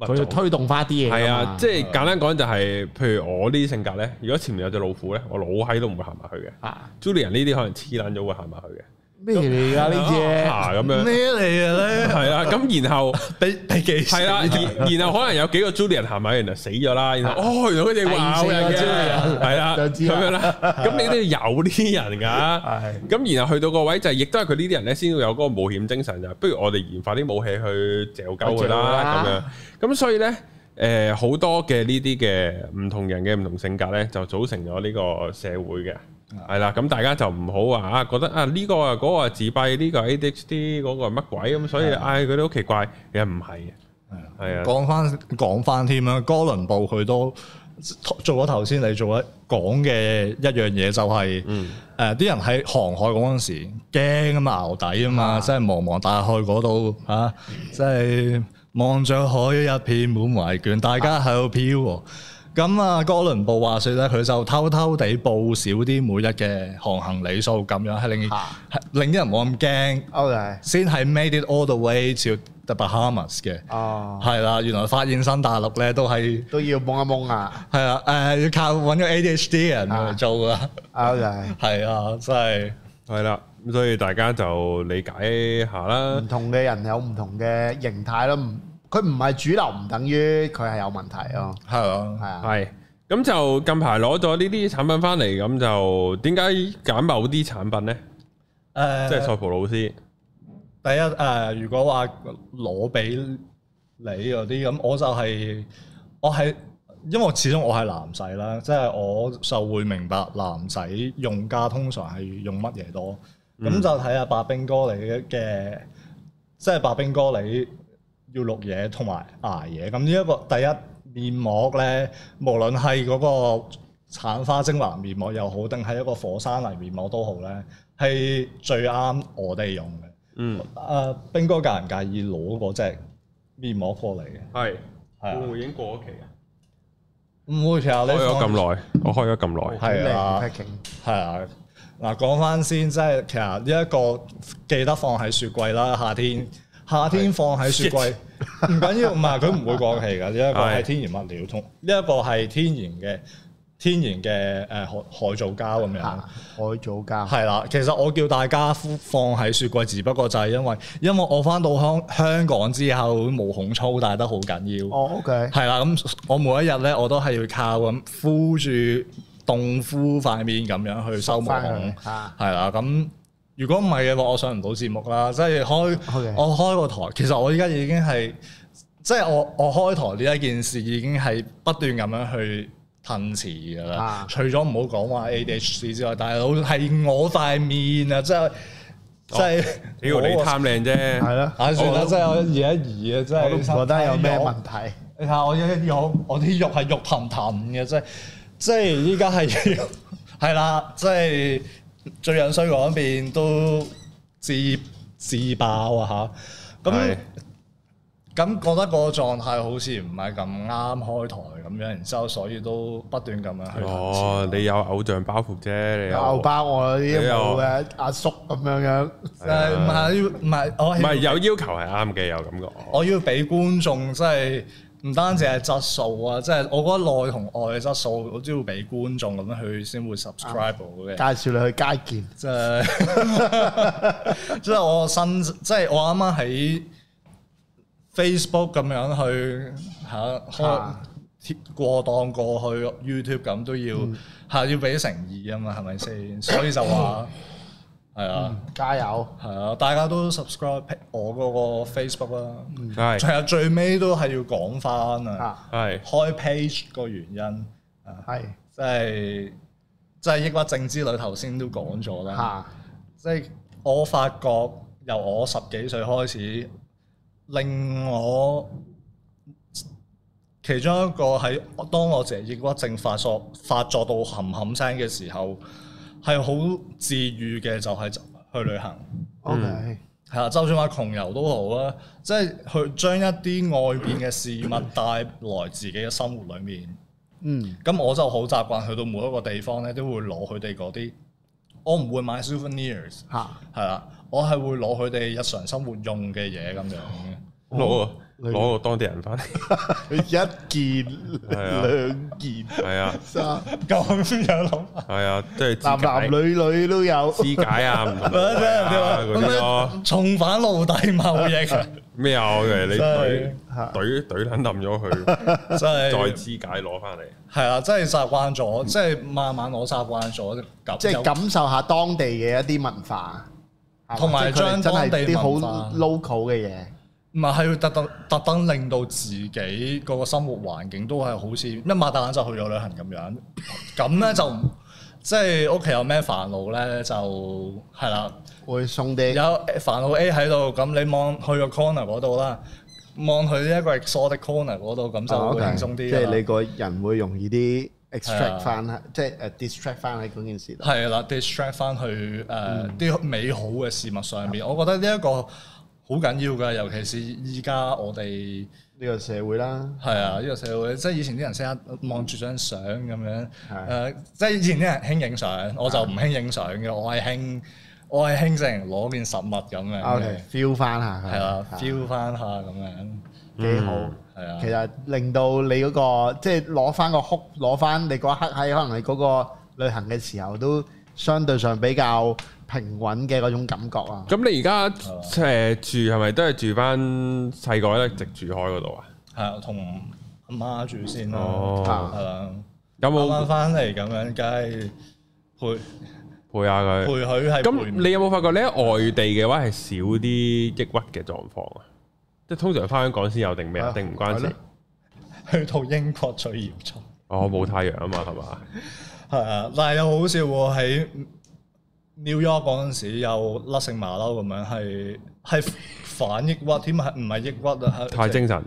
Speaker 2: 佢
Speaker 1: 物
Speaker 2: 要
Speaker 1: 種。
Speaker 2: 推動翻啲嘢
Speaker 1: 係
Speaker 2: 㗎嘛，
Speaker 1: 啊，即係簡單講就係、譬如我呢啲性格呢，如果前面有隻老虎呢，我老閪都唔會行埋去嘅。
Speaker 2: 啊
Speaker 1: Julian 呢啲可能黐撚咗會行埋去嘅，
Speaker 2: 咩嚟㗎呢只？
Speaker 1: 啊咁樣
Speaker 3: 咩嚟嘅咧？
Speaker 1: 係啊，咁然後。
Speaker 3: 俾俾幾
Speaker 1: 係啦，然然後可能有幾個 Julian 行埋，原來死咗啦，然後哦，原來佢哋會咬人
Speaker 2: 第四
Speaker 1: 嘅，
Speaker 2: 個
Speaker 1: 係啦，
Speaker 2: 就知
Speaker 1: 咁
Speaker 2: 啦
Speaker 1: 樣啦，咁你都要有呢啲人㗎。
Speaker 2: 係
Speaker 1: 咁然後去到個位就係，亦都係佢呢啲人咧，先會有嗰個冒險精神，就係不如我哋研發啲武器去嚼鳩佢啦，咁樣。咁所以咧，誒好多嘅呢啲嘅唔同人嘅唔同性格咧，就組成咗呢個社會嘅。係啦，咁大家就唔好話啊，覺得啊呢個啊嗰個係自閉，呢個係 ADHD，嗰個係乜鬼咁，所以唉佢哋好奇怪，其實唔係嘅，係啊。
Speaker 3: 講翻講翻添啦，哥倫布佢都做咗頭先你做一講嘅一樣嘢，就係
Speaker 1: 嗯
Speaker 3: 誒啲人喺航海嗰陣時驚啊嘛，牛底啊嘛，即係茫茫大海嗰度嚇，即係望着海一片滿懷倦，大家喺度漂喎。咁啊，哥倫布話説咧，佢就偷偷地報少啲每日嘅航行里數，咁樣係令
Speaker 2: 啊
Speaker 3: 係令啲人冇咁驚，
Speaker 2: ，OK，
Speaker 3: 先係 made it all the way to the Bahamas 嘅。
Speaker 2: 哦，
Speaker 3: 係啦，原來發現新大陸咧都係
Speaker 2: 都要蒙一蒙啊
Speaker 3: 係啦，誒、要靠揾個 ADHD 嘅人嚟做啊，
Speaker 2: ，OK，
Speaker 3: 係啊，真係
Speaker 1: 系啦，咁所以大家就理解下啦
Speaker 2: 唔。同嘅人有唔同嘅形態啦，唔佢唔係主流，唔等於佢係有問題咯，
Speaker 3: 係啊，
Speaker 2: 係啊，
Speaker 1: 系咁就近排攞咗呢啲產品翻嚟，咁就點解揀某啲產品呢？
Speaker 3: 誒、
Speaker 1: 即係塞浦老師，
Speaker 3: 第一誒、如果話攞俾你嗰啲咁，我就係、我係因為始終我係男仔啦，即係我就會明白男仔用家通常係用乜嘢多，咁、就睇下白冰哥你嘅，即係白冰哥你要錄嘢同埋捱嘢，咁呢一個第一面膜咧，無論係嗰個橙花精華面膜又好，定係一個火山泥面膜都好咧，係最啱我哋用嘅。
Speaker 1: 嗯，
Speaker 3: 啊，冰哥介唔介意攞嗰隻面膜過嚟嘅？
Speaker 1: 係
Speaker 3: 係啊
Speaker 1: 會，已經過咗期啊？
Speaker 3: 唔會其實你
Speaker 1: 嗯開咗
Speaker 3: 放
Speaker 1: 咁耐，我開咗咁耐，
Speaker 3: 係啊
Speaker 2: 好靚嘅 packing
Speaker 3: 係啊，嗱講翻先，即係其實呢一個記得放喺雪櫃啦，夏天夏天放喺雪櫃唔緊要，唔係佢唔會過期㗎。呢一個
Speaker 1: 係
Speaker 3: 係天然物料，同呢一個係天然嘅天然嘅誒、呃海海藻膠咁樣。
Speaker 2: 啊海藻膠。
Speaker 3: 係啦，其實我叫大家放喺雪櫃，只不過就係因為因為我翻到香香港之後毛孔粗大得好緊要，
Speaker 2: 哦，OK，Ờ,
Speaker 3: 係啦、咁我每一日咧我都係要靠咁敷住凍敷塊面咁樣去收毛
Speaker 2: 翻
Speaker 3: 孔
Speaker 2: 佢，嚇，
Speaker 3: 係啦，咁。如果唔係嘅話，我上唔到節目啦。即係開
Speaker 2: OK
Speaker 3: 我開個台，其實我依家已經係即係我我開台呢一件事已經係不斷咁樣去褪遲㗎啦。
Speaker 2: 啊
Speaker 3: 除咗唔好講話 ADHD 之外，大佬係我塊面啊，即
Speaker 2: 哦
Speaker 3: 係即係
Speaker 1: 屌你
Speaker 3: 我
Speaker 1: 貪靚啫，
Speaker 2: 係咯，
Speaker 3: 唉算啦，
Speaker 1: 我
Speaker 3: 即係我而家移啊，即係
Speaker 2: 我都唔覺得有咩問題。
Speaker 3: 你睇下我一一肉，我啲肉係肉騰騰嘅，即係即係依家係要係啦，即係最樣衰嗰一邊都自自爆啊吓，咁
Speaker 1: 係
Speaker 3: 咁覺得個狀態好似唔係咁啱開台咁樣，然之後所以都不斷咁樣去
Speaker 1: 哦，你有偶像包袱啫，你
Speaker 2: 牛
Speaker 1: 有。
Speaker 2: 包我呢啲
Speaker 1: 你又
Speaker 2: 冇嘅阿叔咁樣樣，
Speaker 3: 誒唔係唔係我
Speaker 1: 啊唔係有要求係啱嘅，有咁講。
Speaker 3: 我要俾觀眾即係唔單止係質素啊，即係我覺得內同外嘅質素，我都要俾觀眾咁樣去先會 subscribe 我嘅。
Speaker 2: 介紹你去街健，
Speaker 3: 即係 即係我新即係我啱啱喺 Facebook 咁樣去嚇開
Speaker 2: 啊
Speaker 3: 貼過檔過去 YouTube 咁都要嚇要俾誠意啊嘛，係咪先？所以就話係啊
Speaker 2: 加油！
Speaker 3: 係啊，大家都 subscribe 我嗰個 Facebook 啦。
Speaker 1: 係
Speaker 3: 仲有最尾都係要講翻啊，
Speaker 2: 啊，
Speaker 1: 係
Speaker 3: 開 page 個原因啊，
Speaker 2: 係
Speaker 3: 即係即係抑鬱症之類，頭先都講咗啦。
Speaker 2: 嚇，
Speaker 3: 即係我發覺由我十幾歲開始，令我其中一個喺當我自己抑鬱症發作發作到冚冚聲嘅時候，係好治愈嘅，就係、去旅行。
Speaker 2: OK，
Speaker 3: 係啊，就算話窮遊都好啊，即係去將一啲外邊嘅事物帶來自己嘅生活裡面。
Speaker 2: 嗯，
Speaker 3: 咁我就好習慣去到每一個地方咧，都會攞佢哋嗰啲，我唔會買 souvenirs，
Speaker 2: 嚇，
Speaker 3: 係啦，我係會攞佢哋日常生活用嘅嘢咁樣嘅。
Speaker 1: 攞啊
Speaker 2: 你
Speaker 1: 攞個當地人翻嚟，
Speaker 2: 佢一件
Speaker 1: 啊
Speaker 2: 兩件
Speaker 1: 係啊
Speaker 2: 三，
Speaker 3: 咁樣諗，
Speaker 1: 係啊，即係
Speaker 2: 男男
Speaker 1: 肢
Speaker 2: 女女都有，
Speaker 1: 解肢解啊，唔 同
Speaker 3: 即係
Speaker 1: 啊
Speaker 3: 你
Speaker 1: 嗰
Speaker 3: 話
Speaker 1: 啲
Speaker 3: 咁
Speaker 1: 咯。
Speaker 3: 樣重返奴隸貿易，
Speaker 1: 咩啊？我以為你懟
Speaker 3: 真
Speaker 2: 係
Speaker 1: 懟懟撚冧咗佢，
Speaker 3: 真係
Speaker 1: 再肢解攞翻嚟。
Speaker 3: 係啊，真係習慣咗，即係慢慢我習慣咗咁。
Speaker 2: 即係感受下當地嘅一啲文化，係嘛
Speaker 3: 同埋
Speaker 2: 即係佢哋真係
Speaker 3: 將當地
Speaker 2: 啲好
Speaker 3: 文化
Speaker 2: local 嘅嘢，
Speaker 3: 唔係係要特登特登令到自己嗰個生活環境都係好似一擘大眼就去咗旅行咁樣，咁咧就唔即係屋企有咩煩惱咧就係啦，
Speaker 2: 會送啲
Speaker 3: 有煩惱 A 喺度，咁你望去個 corner 嗰度啦，望去呢一個 exotic corner 嗰度，咁就會輕鬆啲
Speaker 2: 啊即係你
Speaker 3: 㗎啦。
Speaker 2: 個人會容易啲 extract
Speaker 3: 係
Speaker 2: 翻，即係誒 distract 翻喺嗰件事度。
Speaker 3: 係啦，distract 翻去誒呃
Speaker 2: 嗯
Speaker 3: 啲、美好嘅事物上面，我覺得呢一個好緊要㗎，尤其是依家我哋。
Speaker 2: 呢個社會啦，
Speaker 3: 係啊，呢個社會即係以前啲人成日望住張相咁樣，誒、
Speaker 2: 係
Speaker 3: 即係以前啲人興影相，我就唔興影相嘅，我係興我係興成攞件實物咁樣嘅
Speaker 2: 啊 OK，feel 啊翻下佢，
Speaker 3: 係啦
Speaker 2: 嚇
Speaker 3: ，feel 翻下咁樣，
Speaker 2: 幾好。
Speaker 3: 係啊
Speaker 2: 其，實令到你嗰、個即係攞翻個哭，攞翻你嗰一刻喺可能你嗰個旅行嘅時候，都相對上比較平穩嘅嗰種感覺啊。
Speaker 1: 咁你而家誒住係咪都係住翻細個咧，直住開嗰度啊？
Speaker 3: 係啊，同阿媽住先啦，
Speaker 1: 哦，
Speaker 3: 係啦，
Speaker 1: 有
Speaker 3: 嗯啊啱啱
Speaker 1: 冇
Speaker 3: 翻嚟咁樣，梗係陪
Speaker 1: 陪下
Speaker 3: 陪
Speaker 1: 佢？
Speaker 3: 佢係
Speaker 1: 咁
Speaker 3: 陪
Speaker 1: 你有冇發覺咧？外地嘅話係少啲抑鬱嘅狀況啊？即係通常翻香港先有定咩啊？
Speaker 2: 係啊
Speaker 1: 定唔關
Speaker 2: 係
Speaker 1: 事
Speaker 2: 咯？
Speaker 3: 去到英國最嚴重。
Speaker 1: 哦，冇太陽啊嘛，係嘛？
Speaker 3: 係啊，但係又好笑喎，喺 New York 嗰陣時又甩成麻嬲咁樣，係係反抑鬱添，係唔係抑鬱啊？係
Speaker 1: 太精神，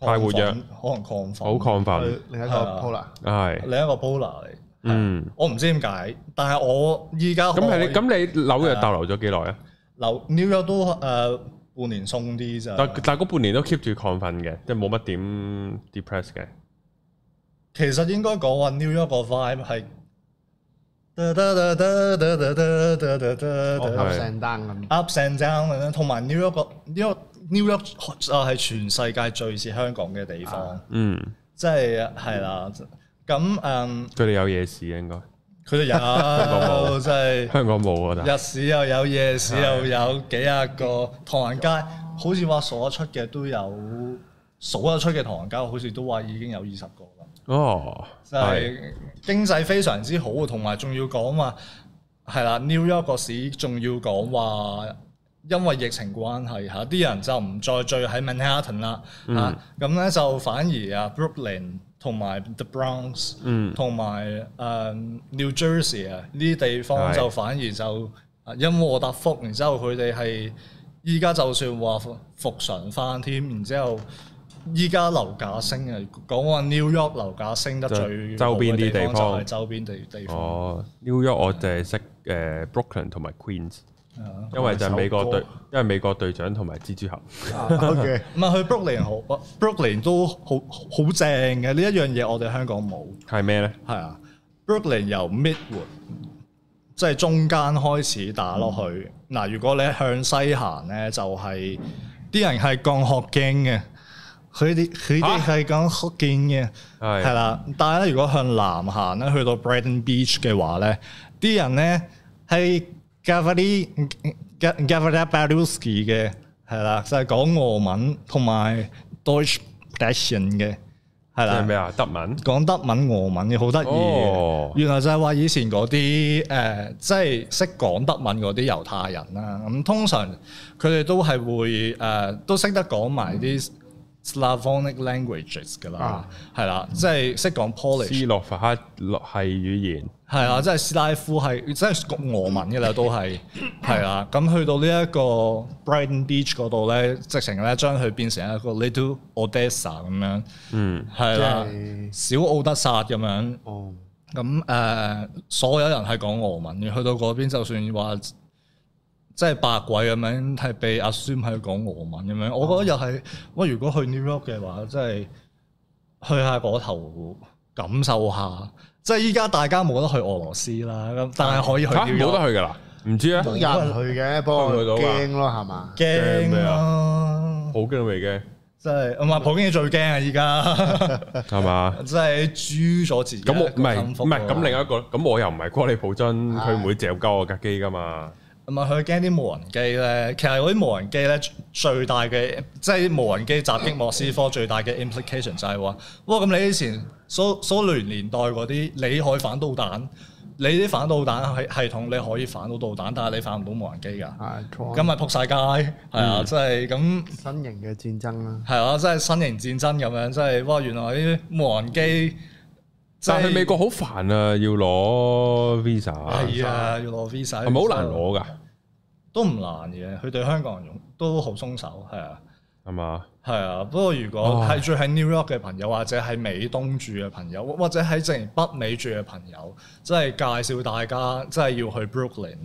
Speaker 1: 太活躍，
Speaker 3: 可能亢奮，
Speaker 1: 好亢奮，
Speaker 2: 去另一個
Speaker 3: 係啊
Speaker 2: p o l a
Speaker 1: 係，
Speaker 3: 另一個 Bola 嚟。
Speaker 1: 嗯。
Speaker 3: 我唔知點解，但係我依家
Speaker 1: 咁係
Speaker 3: 係
Speaker 1: 你咁你紐約逗留咗幾耐啊？
Speaker 3: 留 New York 都誒、呃半年鬆啲咋。
Speaker 1: 但但嗰半年都 keep 住亢奮嘅，即係冇乜點 depress 嘅。
Speaker 3: 其實應該講話 New York 個 vibe 係得得得得得得得得得得
Speaker 2: 我
Speaker 3: 得
Speaker 1: 係
Speaker 2: up 成單咁，
Speaker 3: up and down 咁樣，同埋 New York 個 New York New York 就係全世界最似香港嘅地方，
Speaker 1: 嗯，
Speaker 3: 即係係啦。咁嗯，
Speaker 1: 佢哋有夜市啊應該，
Speaker 3: 佢哋有 即係
Speaker 1: 香港冇啊，但係
Speaker 3: 日市又有，夜市又有，幾廿個唐人街，好似話數得出嘅都有，數得出嘅唐人街好似都話已經有二十個啦。
Speaker 1: 哦，
Speaker 3: 就
Speaker 1: 係
Speaker 3: 係經濟非常之好，啊同埋仲要講話係啦，New York 個市仲要講話，因為疫情關係嚇，啲人就唔再聚喺 Manhattan 啦
Speaker 1: 嗯
Speaker 3: 嚇，咁咧、就反而啊 Brooklyn 同埋 The Bronx，
Speaker 1: 嗯
Speaker 3: 同埋誒 New Jersey 啊呢啲地方
Speaker 1: 係
Speaker 3: 就反而就啊因禍得福，然之後佢哋係依家就算話復復常翻添，然之後。依家樓價升啊，講話 New York 樓價升得
Speaker 1: 就
Speaker 3: 最
Speaker 1: 周邊啲地
Speaker 3: 地
Speaker 1: 方
Speaker 3: 就係周邊地地方。
Speaker 1: 哦，New York 我淨係識誒 Brooklyn 同埋 Queens，
Speaker 3: 係啊
Speaker 1: 因為就係美國隊
Speaker 3: 首歌，
Speaker 1: 因為美國隊長同埋蜘蛛俠。
Speaker 2: 啊 OK，
Speaker 3: 唔係去 Brooklyn 好，Brooklyn 都好好正嘅呢一樣嘢，我哋香港冇。
Speaker 1: 係咩咧？
Speaker 3: 係啊，Brooklyn 由 Midwood 即係中間開始打落去。嗱、如果你向西行咧，就係、啲人係講學經嘅，佢哋佢哋
Speaker 1: 嚇
Speaker 3: 係講學經嘅，
Speaker 1: 係
Speaker 3: 係啦。但係咧，如果向南行咧，去到 Brighton Beach 嘅話咧，啲人咧係 Gavali Gavali b a l u s k i 嘅，係啦，就係、講俄文同埋 Deutsch Russian 嘅，係
Speaker 1: 即
Speaker 3: 啦
Speaker 1: 係。咩啊？德文
Speaker 3: 講德文、俄文嘅好得意嘅
Speaker 1: 哦
Speaker 3: 原來就係話以前嗰啲誒，即係識講德文嗰啲猶太人啦。咁、通常佢哋都係會誒、呃都識得講埋
Speaker 1: 嗯
Speaker 3: 啲 Slavonic languages 㗎啦
Speaker 2: 啊，
Speaker 3: 係啦、即係識講 Polish
Speaker 1: 斯洛伐克係語言，
Speaker 3: 係啊，即係斯拉夫係，即係俄文嘅啦，都 係係啊。咁去到呢一個 Brighton Beach 嗰度咧，直情咧將佢變成一個 Little Odessa 咁樣，
Speaker 1: 嗯，
Speaker 3: 係啦
Speaker 2: 即係，
Speaker 3: 小奧德薩咁樣。
Speaker 2: 哦，
Speaker 3: 咁誒、呃所有人係講俄文嘅，去到嗰邊就算話即係百鬼咁樣，係被 assume 係講俄文咁樣。我覺得又係，喂，如果去 New York 嘅話，即係去下嗰頭感受下。即係依家大家冇得去俄羅斯啦，咁但係可以去
Speaker 1: 啊嚇
Speaker 3: New
Speaker 1: 冇
Speaker 3: York。
Speaker 1: 得去㗎啦，唔知啊，
Speaker 2: 都
Speaker 1: 好
Speaker 2: 有人去嘅，不過
Speaker 1: 去到啊
Speaker 2: 驚咯係嘛？
Speaker 1: 驚咩
Speaker 3: 驚
Speaker 1: 啊
Speaker 3: 啊！
Speaker 1: 驚未 嘅
Speaker 3: 即係唔係普京最驚啊！依家
Speaker 1: 係嘛？
Speaker 3: 即係豬咗自己一個
Speaker 1: 咁我唔係
Speaker 3: 幸福
Speaker 1: 唔係咁
Speaker 3: 啊
Speaker 1: 另一個，咁我又唔係哥利普真，佢唔會嚼鳩我架機㗎嘛。
Speaker 3: 唔係啊佢驚啲無人機咧，其實嗰啲無人機咧最大嘅，即係無人機襲擊莫斯科最大嘅 implication 就係話，哇！咁你以前蘇蘇聯年代嗰啲，你可以反導彈，你啲反導彈系系統你可以反到導彈，但係你反唔到無人機㗎，
Speaker 1: 哦
Speaker 2: 係
Speaker 3: 咁咪撲晒街，係
Speaker 1: 嗯
Speaker 3: 啊，即係咁。
Speaker 2: 新型嘅戰爭啦，
Speaker 3: 係啊，即係新型戰爭咁樣，即係哇！原來啲無人機，即
Speaker 1: 但
Speaker 3: 係
Speaker 1: 係美國好煩啊，要攞 visa，
Speaker 3: 係啊，要攞 visa，
Speaker 1: 係咪好難？攞㗎？
Speaker 3: 都唔難嘅，佢對香港人用都好鬆手，係啊。
Speaker 1: 係嘛？
Speaker 3: 係啊，不過如果
Speaker 1: 唉
Speaker 3: 係住喺 New York 嘅朋友，或者喺美東住嘅朋友，或或者喺正北美住嘅朋友，即係介紹大家，即係要去 Brooklyn。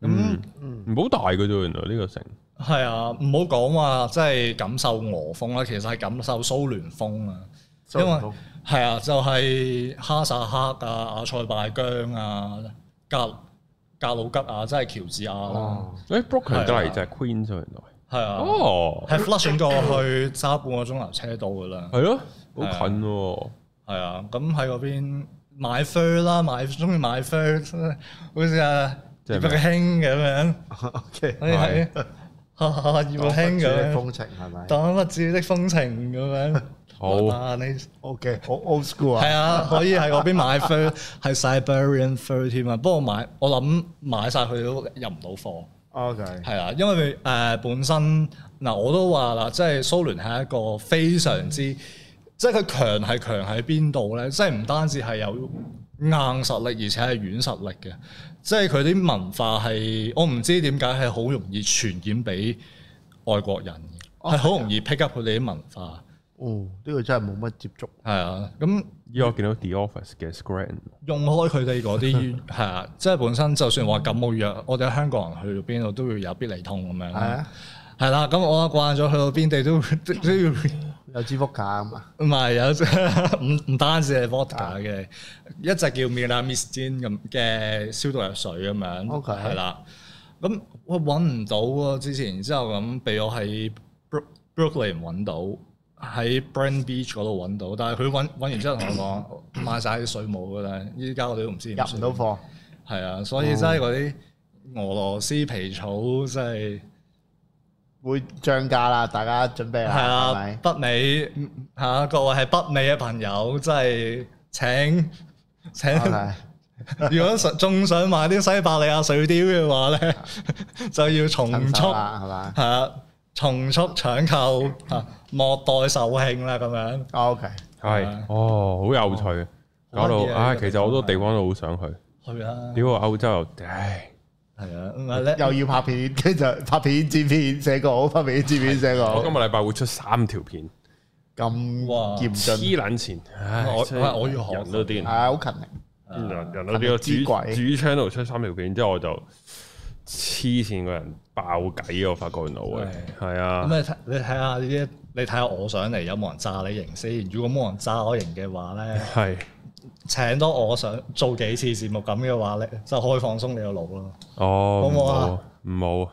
Speaker 3: 咁
Speaker 1: 唔好大嘅啫，原來呢個城。
Speaker 3: 係啊，唔好講話即係感受俄風啦，其實係感受蘇聯風啊。因為
Speaker 2: 蘇聯風
Speaker 3: 係啊，就係、哈薩克啊、阿塞拜疆啊、格格魯吉亞，即係喬治亞啦。
Speaker 2: 哦，
Speaker 1: 誒 Brooklyn 得嚟
Speaker 3: 係啊
Speaker 1: 就係 Queen 啫，原來。
Speaker 3: 係啊，
Speaker 1: 哦，
Speaker 3: 係 Flushing 過去揸半個鐘頭車到噶啦。
Speaker 1: 係咯，好
Speaker 3: 啊
Speaker 1: 近喎。
Speaker 3: 係啊，咁喺嗰邊買 fur 啦，買中意買 fur，好似啊
Speaker 1: 即
Speaker 3: 葉
Speaker 1: 係
Speaker 3: 玉卿咁樣，
Speaker 2: OK，Ờ,
Speaker 3: 可以喺哈哈哈葉玉卿咁樣，
Speaker 2: 風情係咪
Speaker 3: 擋不住的風情咁樣。
Speaker 1: 好
Speaker 3: 啊，你
Speaker 2: ？OK，好 old school à? 啊
Speaker 3: 係，啊，可以喺嗰邊買 fur，係 Siberian fur 添啊。不過買我諗買晒佢都入唔到貨。
Speaker 2: OK，
Speaker 3: 係啦，因為誒、呃本身嗱、我都話啦，即係蘇聯係一個非常之即係佢強係強喺邊度咧？即係唔單止係有硬實力，而且係軟實力嘅。即係佢啲文化係，我唔知點解係好容易傳染俾外國人，
Speaker 2: 哦
Speaker 3: 係好、容易 pick up 佢哋啲文化。
Speaker 2: 哦，呢個真係冇乜接觸。
Speaker 3: 係啊，咁
Speaker 1: 依我見到 The Office 嘅 Scranton，
Speaker 3: 用開佢哋 嗰啲係啊，即係本身就算話感冒藥，我哋香港人去到邊度都會有必理痛咁樣。
Speaker 2: 係啊，
Speaker 3: 係啦，咁我啊慣咗去到邊地都都都要。
Speaker 2: 有支福卡咁啊，
Speaker 3: 唔係有 隻唔唔單止係 vodka 嘅，一隻叫 Milamistine 咁嘅消毒藥水咁樣，
Speaker 2: OK
Speaker 3: 係啦。咁我揾唔到喎，之前之後咁俾我喺 Brook- Brooklyn 揾到，喺 Brand Beach 嗰度揾到，但係佢揾揾完之後同我講賣晒啲水母㗎啦，依家我哋都唔知點
Speaker 2: 入唔
Speaker 3: 算
Speaker 2: 到貨。
Speaker 3: 係啊，所以真係嗰啲俄羅斯皮草真係。
Speaker 2: 會漲價啦，大家準備啦，
Speaker 3: 係
Speaker 2: 係
Speaker 3: 啊
Speaker 2: 咪，？
Speaker 3: 北美嚇、啊各位係北美嘅朋友，真係請請，
Speaker 2: 係
Speaker 3: 如果想仲想買啲西伯利亞水貂嘅話咧，就要重
Speaker 2: 啊趁手
Speaker 3: 速嚇、
Speaker 2: 啦，係嘛
Speaker 3: 啊重速搶購嚇、啊莫待售罄啦咁樣。
Speaker 2: Ờ, ？OK，
Speaker 1: 係哦，好有趣，搞到
Speaker 3: 好得意啊
Speaker 1: 唉，
Speaker 3: 呢個
Speaker 1: 其
Speaker 3: 地
Speaker 1: 實
Speaker 3: 方
Speaker 1: 好多地方都好想去，
Speaker 3: 去啦，
Speaker 1: 屌歐洲又唉，
Speaker 3: 係啊，唔係咧，
Speaker 2: 又要拍 片，跟住就拍片、剪片、寫稿、拍片、剪片、寫
Speaker 1: 我
Speaker 2: 稿
Speaker 1: 今，個禮拜會出三條片，
Speaker 2: 咁
Speaker 3: 哇
Speaker 2: 嚴
Speaker 1: 黐
Speaker 2: 峻，
Speaker 1: 撚線，唉，
Speaker 3: 我
Speaker 1: 真係
Speaker 3: 我要學
Speaker 1: 人都
Speaker 2: 係
Speaker 1: 癲，
Speaker 2: 啊，好勤力。
Speaker 1: 人人都癲，我主
Speaker 2: 之鬼
Speaker 1: 主 channel 出三條片之後我就黐線個人爆偈，我發覺原來會係
Speaker 3: 咁
Speaker 1: 啊
Speaker 3: 你，睇你睇下呢啲，你睇下我上嚟有冇人炸你型先。如果冇人炸我型嘅話咧，
Speaker 1: 係
Speaker 3: 請多我想做幾次節目咁嘅話咧，就可以放鬆你個腦咯。
Speaker 1: 哦，
Speaker 3: 好唔好啊
Speaker 1: 唔好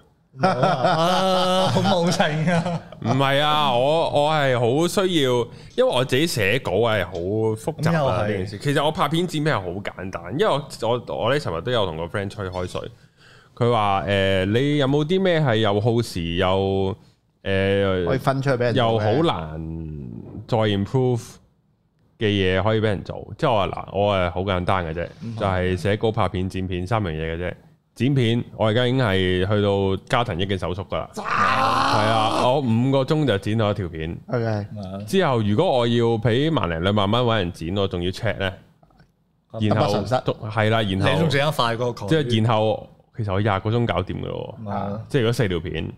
Speaker 1: 啊。
Speaker 3: 啊，好冇情啊！
Speaker 1: 唔係啊，我我係好需要，因為我自己寫稿係好複雜
Speaker 3: 咁又
Speaker 1: 啊
Speaker 3: 係
Speaker 1: 呢件事。其實我拍片剪片係好簡單，因為我我我咧尋日都有同個 friend 吹開水，佢話誒你有冇啲咩係又耗時又誒、
Speaker 2: 可以分出去俾人做嘅，
Speaker 1: 又好難再 improve 嘅嘢可以俾人做？即係我話嗱，我係好簡單嘅啫，
Speaker 2: 嗯
Speaker 1: 就係寫稿、拍片、剪片三樣嘢嘅啫。剪片我而家已經係去到加藤益嘅手速㗎啦。係啊，我五個鐘就剪到一條片。
Speaker 2: ，OK，
Speaker 1: 之後如果我要俾萬零兩萬蚊揾人剪，我仲要 check 咧，然
Speaker 2: 得不
Speaker 1: 後
Speaker 2: 償失
Speaker 1: 係啦，然
Speaker 3: 你
Speaker 1: 後
Speaker 3: 仲整得快過佢，
Speaker 1: 即係然後其實我廿個鐘搞掂噶咯
Speaker 2: 嗯
Speaker 1: 喎，
Speaker 3: 啊
Speaker 1: 即係如果四條片，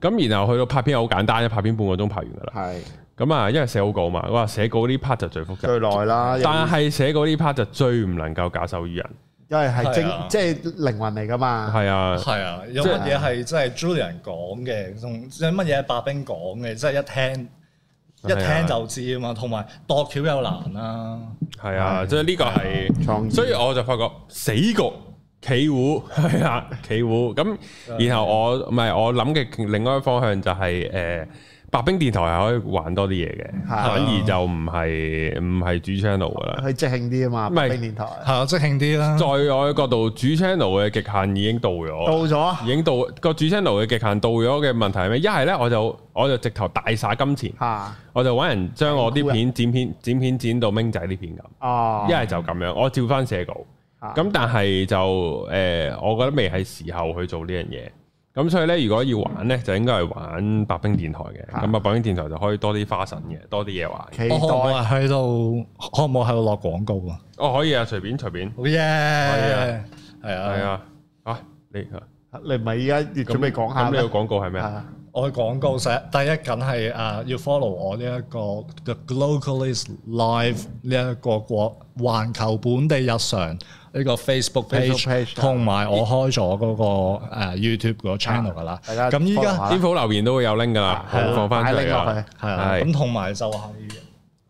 Speaker 1: 咁然後去到拍片好簡單，拍片半個鐘拍完噶啦。
Speaker 2: 係
Speaker 1: 咁啊，因為寫好稿嘛，哇，寫稿呢 part 就最複雜，
Speaker 2: 最耐啦，
Speaker 1: 但係寫稿呢 part 就最唔能夠假手於人，
Speaker 2: 因為係
Speaker 3: 係啊
Speaker 2: 精，即係靈魂嚟噶嘛，
Speaker 1: 係啊，
Speaker 3: 係啊，有乜嘢係真係 Julian 講嘅，同即係乜嘢係白冰講嘅，即係一聽一
Speaker 1: 係啊
Speaker 3: 聽就知啊嘛。同埋度橋又難啦，
Speaker 1: 係啊，即係呢個係。
Speaker 2: 創意。
Speaker 1: 所以我就發覺死局企糊 係啦，企糊咁。然後我唔係我諗嘅另外一個方向就係、呃白冰電台係可以玩多啲嘢嘅，
Speaker 2: 係啊
Speaker 1: 反而就唔係唔係主 channel 噶啦。
Speaker 2: 佢即興啲啊嘛，
Speaker 1: 唔係
Speaker 2: 北京電台
Speaker 3: 係啊，即興啲啦
Speaker 1: 在。我嘅角度，主 channel 嘅極限已經到咗，
Speaker 2: 到咗
Speaker 1: 已經到個主 channel 嘅極限到咗嘅問題係咩？一係呢，我就我就直頭大灑金錢，
Speaker 2: 嚇，
Speaker 1: 我就揾人將我啲片剪片剪片剪到明仔啲片咁。
Speaker 2: 哦
Speaker 1: 一，係就咁樣，我照翻寫稿。
Speaker 2: 啊
Speaker 1: 咁但係就誒、呃我覺得未係時候去做呢樣嘢。咁所以咧，如果要玩咧，就應該係玩白冰電台嘅。
Speaker 2: 啊
Speaker 1: 咁啊，白冰電台就可以多啲花神嘅，多啲嘢玩。
Speaker 2: 期
Speaker 3: 我可唔可以
Speaker 2: 待
Speaker 3: 喺度？可唔可以喺度落廣告啊？
Speaker 1: 哦，可以啊，隨便隨便，
Speaker 3: 好嘢，
Speaker 1: 啊係
Speaker 3: 係啊，
Speaker 1: 啊，啊你啊
Speaker 2: 你唔係而家要準備講
Speaker 1: 咁
Speaker 2: 下
Speaker 1: 你
Speaker 2: 咩
Speaker 1: 個？廣告係咩啊？
Speaker 2: 啊
Speaker 3: 我嘅廣告寫第一梗係啊，要 follow 我呢一個 The Globalist Live 呢一個國環球本地日常呢個
Speaker 2: Facebook
Speaker 3: Facebook page，
Speaker 2: page，
Speaker 3: 同埋我開咗嗰個啊 YouTube 個 channel 噶啦。
Speaker 2: 大家
Speaker 3: 咁依
Speaker 2: follow 下
Speaker 3: 家
Speaker 2: 啊
Speaker 1: 天府留言都會有拎噶啦，
Speaker 2: 係
Speaker 1: 我
Speaker 2: 啊
Speaker 1: 放翻出嚟㗎啦
Speaker 2: 擺拎落去。
Speaker 3: 係啊，
Speaker 1: 係
Speaker 3: 咁同埋就係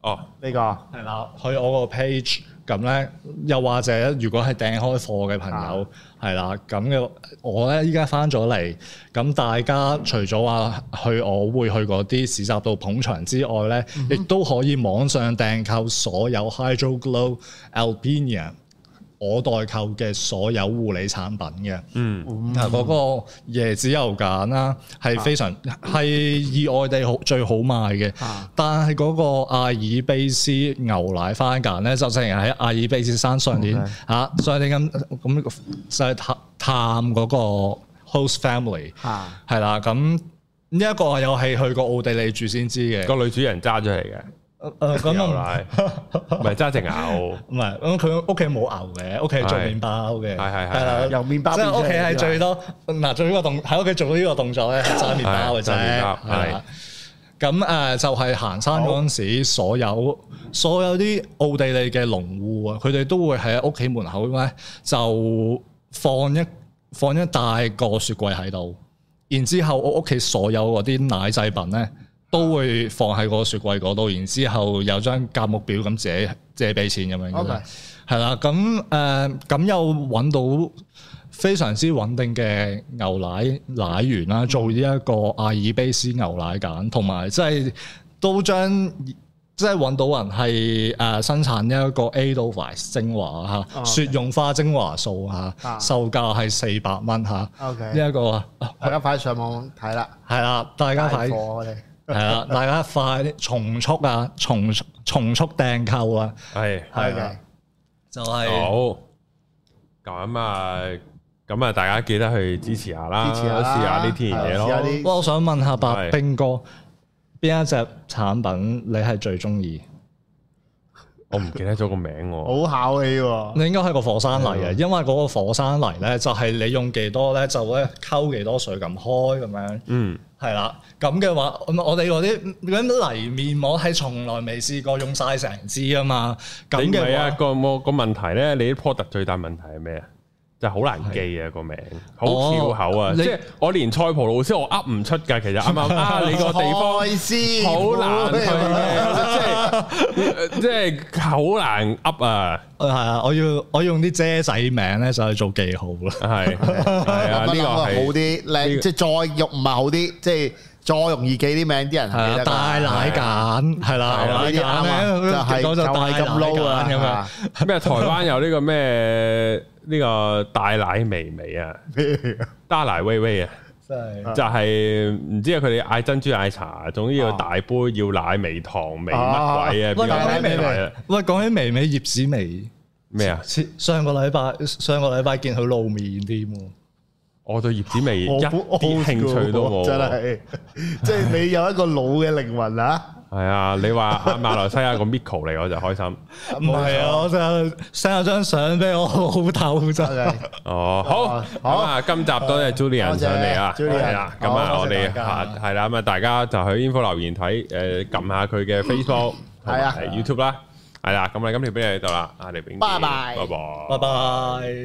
Speaker 1: 哦，
Speaker 2: 呢個
Speaker 3: 係啦，去我個 page 咁咧，又或者如果係訂開貨嘅朋友係啦，咁嘅我咧依家翻咗嚟，咁大家除咗話去我會去嗰啲市集度捧場之外咧，亦都可以網上訂購所有 Hydro Glow Albania 我代購嘅所有護理產品嘅。
Speaker 1: 嗯，
Speaker 3: 嗱，嗰個椰子油揀啦，係非常係意外地好最好賣嘅。
Speaker 2: 啊
Speaker 3: 但係嗰個阿爾卑斯牛奶番梘咧，就正如喺阿爾卑斯山上年
Speaker 2: OK
Speaker 3: 嚇上年咁咁就係探探嗰個 host family
Speaker 2: 嚇。
Speaker 3: 係啦。咁呢一個又係去過奧地利住先知嘅。
Speaker 1: 個女主人揸咗嚟嘅，
Speaker 3: 誒、誒咁
Speaker 1: 牛
Speaker 3: 啊
Speaker 1: 奶，唔係揸只牛，
Speaker 3: 唔係咁佢屋企冇牛嘅，屋企係做
Speaker 1: 係
Speaker 3: 麵包嘅，
Speaker 1: 係係係
Speaker 3: 係啦
Speaker 2: 由麵包
Speaker 3: 即
Speaker 2: 變
Speaker 3: 係
Speaker 2: 出
Speaker 3: 屋企
Speaker 2: 嚟
Speaker 3: 係
Speaker 2: 㗎
Speaker 3: 最多嗱，做呢個動喺屋企做到呢個動作咧，係揸麵包嘅啫，
Speaker 1: 係揸麵包
Speaker 3: 係啦。咁誒就係行山嗰陣時，所有所有啲奧地利嘅農户啊，佢哋都會喺屋企門口咧就放一放一大個雪櫃喺度，然之後我屋企所有嗰啲奶製品咧都會放喺個雪櫃嗰度，然之後有張價目表咁借借俾錢咁樣嘅。
Speaker 2: OK
Speaker 3: 係啦，咁誒咁又揾到非常之穩定嘅牛奶奶源
Speaker 2: 嗯
Speaker 3: 啦，做呢一個阿爾卑斯牛奶簡，同埋即係都將即係揾到人係誒、呃生產呢一個 A 到 v 精華嚇，
Speaker 2: 哦
Speaker 3: 雪用花精華素嚇，
Speaker 2: 啊
Speaker 3: 售價係四百蚊嚇，
Speaker 2: ，OK，
Speaker 3: 呢一個啊
Speaker 2: 大家快上網睇啦，
Speaker 3: 係啦，大家
Speaker 2: 大
Speaker 3: 快
Speaker 2: 貨我哋
Speaker 3: 係啦，大家快啲重速啊，重重速訂購啊，
Speaker 1: 係
Speaker 3: 係啊
Speaker 2: OK，
Speaker 3: 就係、
Speaker 2: 哦
Speaker 1: 好。咁啊，咁啊，大家記得去支持下啦，
Speaker 2: 支持下啦
Speaker 1: 試下呢啲嘢
Speaker 2: 係啊
Speaker 1: 咯
Speaker 2: 試下。啲
Speaker 3: 我想問下白冰哥，邊一隻產品你係最中意？
Speaker 1: 我唔記得咗個名喎。
Speaker 2: 好考起喎，
Speaker 3: 你應該係個火山泥
Speaker 2: 啊
Speaker 3: 嘅，因為嗰個火山泥咧就係你用幾多咧就咧溝幾多水咁開咁樣，
Speaker 1: 嗯，
Speaker 3: 係啦。咁嘅話，咁我哋嗰啲嗰啲泥面膜係從來未試過用晒成支啊嘛。咁
Speaker 1: 你唔係
Speaker 3: 嘅
Speaker 1: 啊，
Speaker 3: 話，
Speaker 1: 個個個問題咧，你啲 product 最大問題係咩啊？就係好難記啊個名，好
Speaker 3: 哦
Speaker 1: 翹口啊！
Speaker 3: 你
Speaker 1: 即係我連菜葡老師我噏唔出㗎，其實啱啱啊你個地方。
Speaker 2: 賽斯
Speaker 1: 好難去嘅，即係即係好難噏啊！
Speaker 3: 係啊，我要我用啲姐仔名咧就係做記號啦。
Speaker 1: 係係 啊，呢個
Speaker 2: 諗一諗啊好
Speaker 1: 係呢
Speaker 2: 啲，靚
Speaker 1: 個
Speaker 2: 即係再用唔係好啲，即係再容易記啲名啲人係
Speaker 3: 係
Speaker 2: 記
Speaker 3: 啊，
Speaker 2: 得㗎
Speaker 3: 大奶簡係啦，
Speaker 1: 係啊
Speaker 3: 奶
Speaker 2: 呢啲啱
Speaker 3: 簡
Speaker 2: 啊
Speaker 3: 咧
Speaker 2: 就係
Speaker 3: 講就
Speaker 2: 就係
Speaker 3: 大
Speaker 2: 咁
Speaker 3: 奶
Speaker 2: low 啊
Speaker 3: 簡咁樣。
Speaker 1: 咩？台灣有呢個咩呢個大奶微微啊，大奶微微啊，
Speaker 3: 真係
Speaker 1: 就係唔知啊佢哋嗌珍珠奶茶，總之要大杯要奶微糖微乜鬼啊？邊個
Speaker 3: 喂，
Speaker 2: 大
Speaker 3: 講
Speaker 2: 奶
Speaker 3: 起微
Speaker 1: 奶
Speaker 3: 微
Speaker 1: 啊，
Speaker 3: 喂，講起微微葉子薇，
Speaker 1: 咩啊？
Speaker 3: 切上個禮拜上個禮拜見佢露面添喎，
Speaker 1: 我對葉子味一
Speaker 2: 好
Speaker 1: 啲興趣都
Speaker 2: old school，真
Speaker 1: 冇。
Speaker 2: 係， 即係你有一個老嘅靈魂啊！
Speaker 1: 係啊，你話阿馬來西亞個 Miko 嚟，我就開心。
Speaker 3: 唔係啊，我就 send 咗張相俾我老豆真 係。啊
Speaker 2: 真係
Speaker 1: 哦，好，
Speaker 2: 好
Speaker 1: 咁啊，今集多謝 Julian
Speaker 2: 多謝
Speaker 1: 上嚟啊，
Speaker 2: Julian
Speaker 1: 係啦，咁啊，
Speaker 2: 好
Speaker 1: 我哋
Speaker 3: 多謝
Speaker 1: 下
Speaker 3: 大家
Speaker 1: 係啦，咁啊，大家就去 info 留言睇，誒，撳下佢嘅 Facebook 同
Speaker 2: 係啊
Speaker 1: 啊埋 YouTube 啦，係啦，咁我哋今條片就到呢度啦，啊，你邊，
Speaker 2: 拜拜
Speaker 1: 拜拜
Speaker 3: 拜。拜。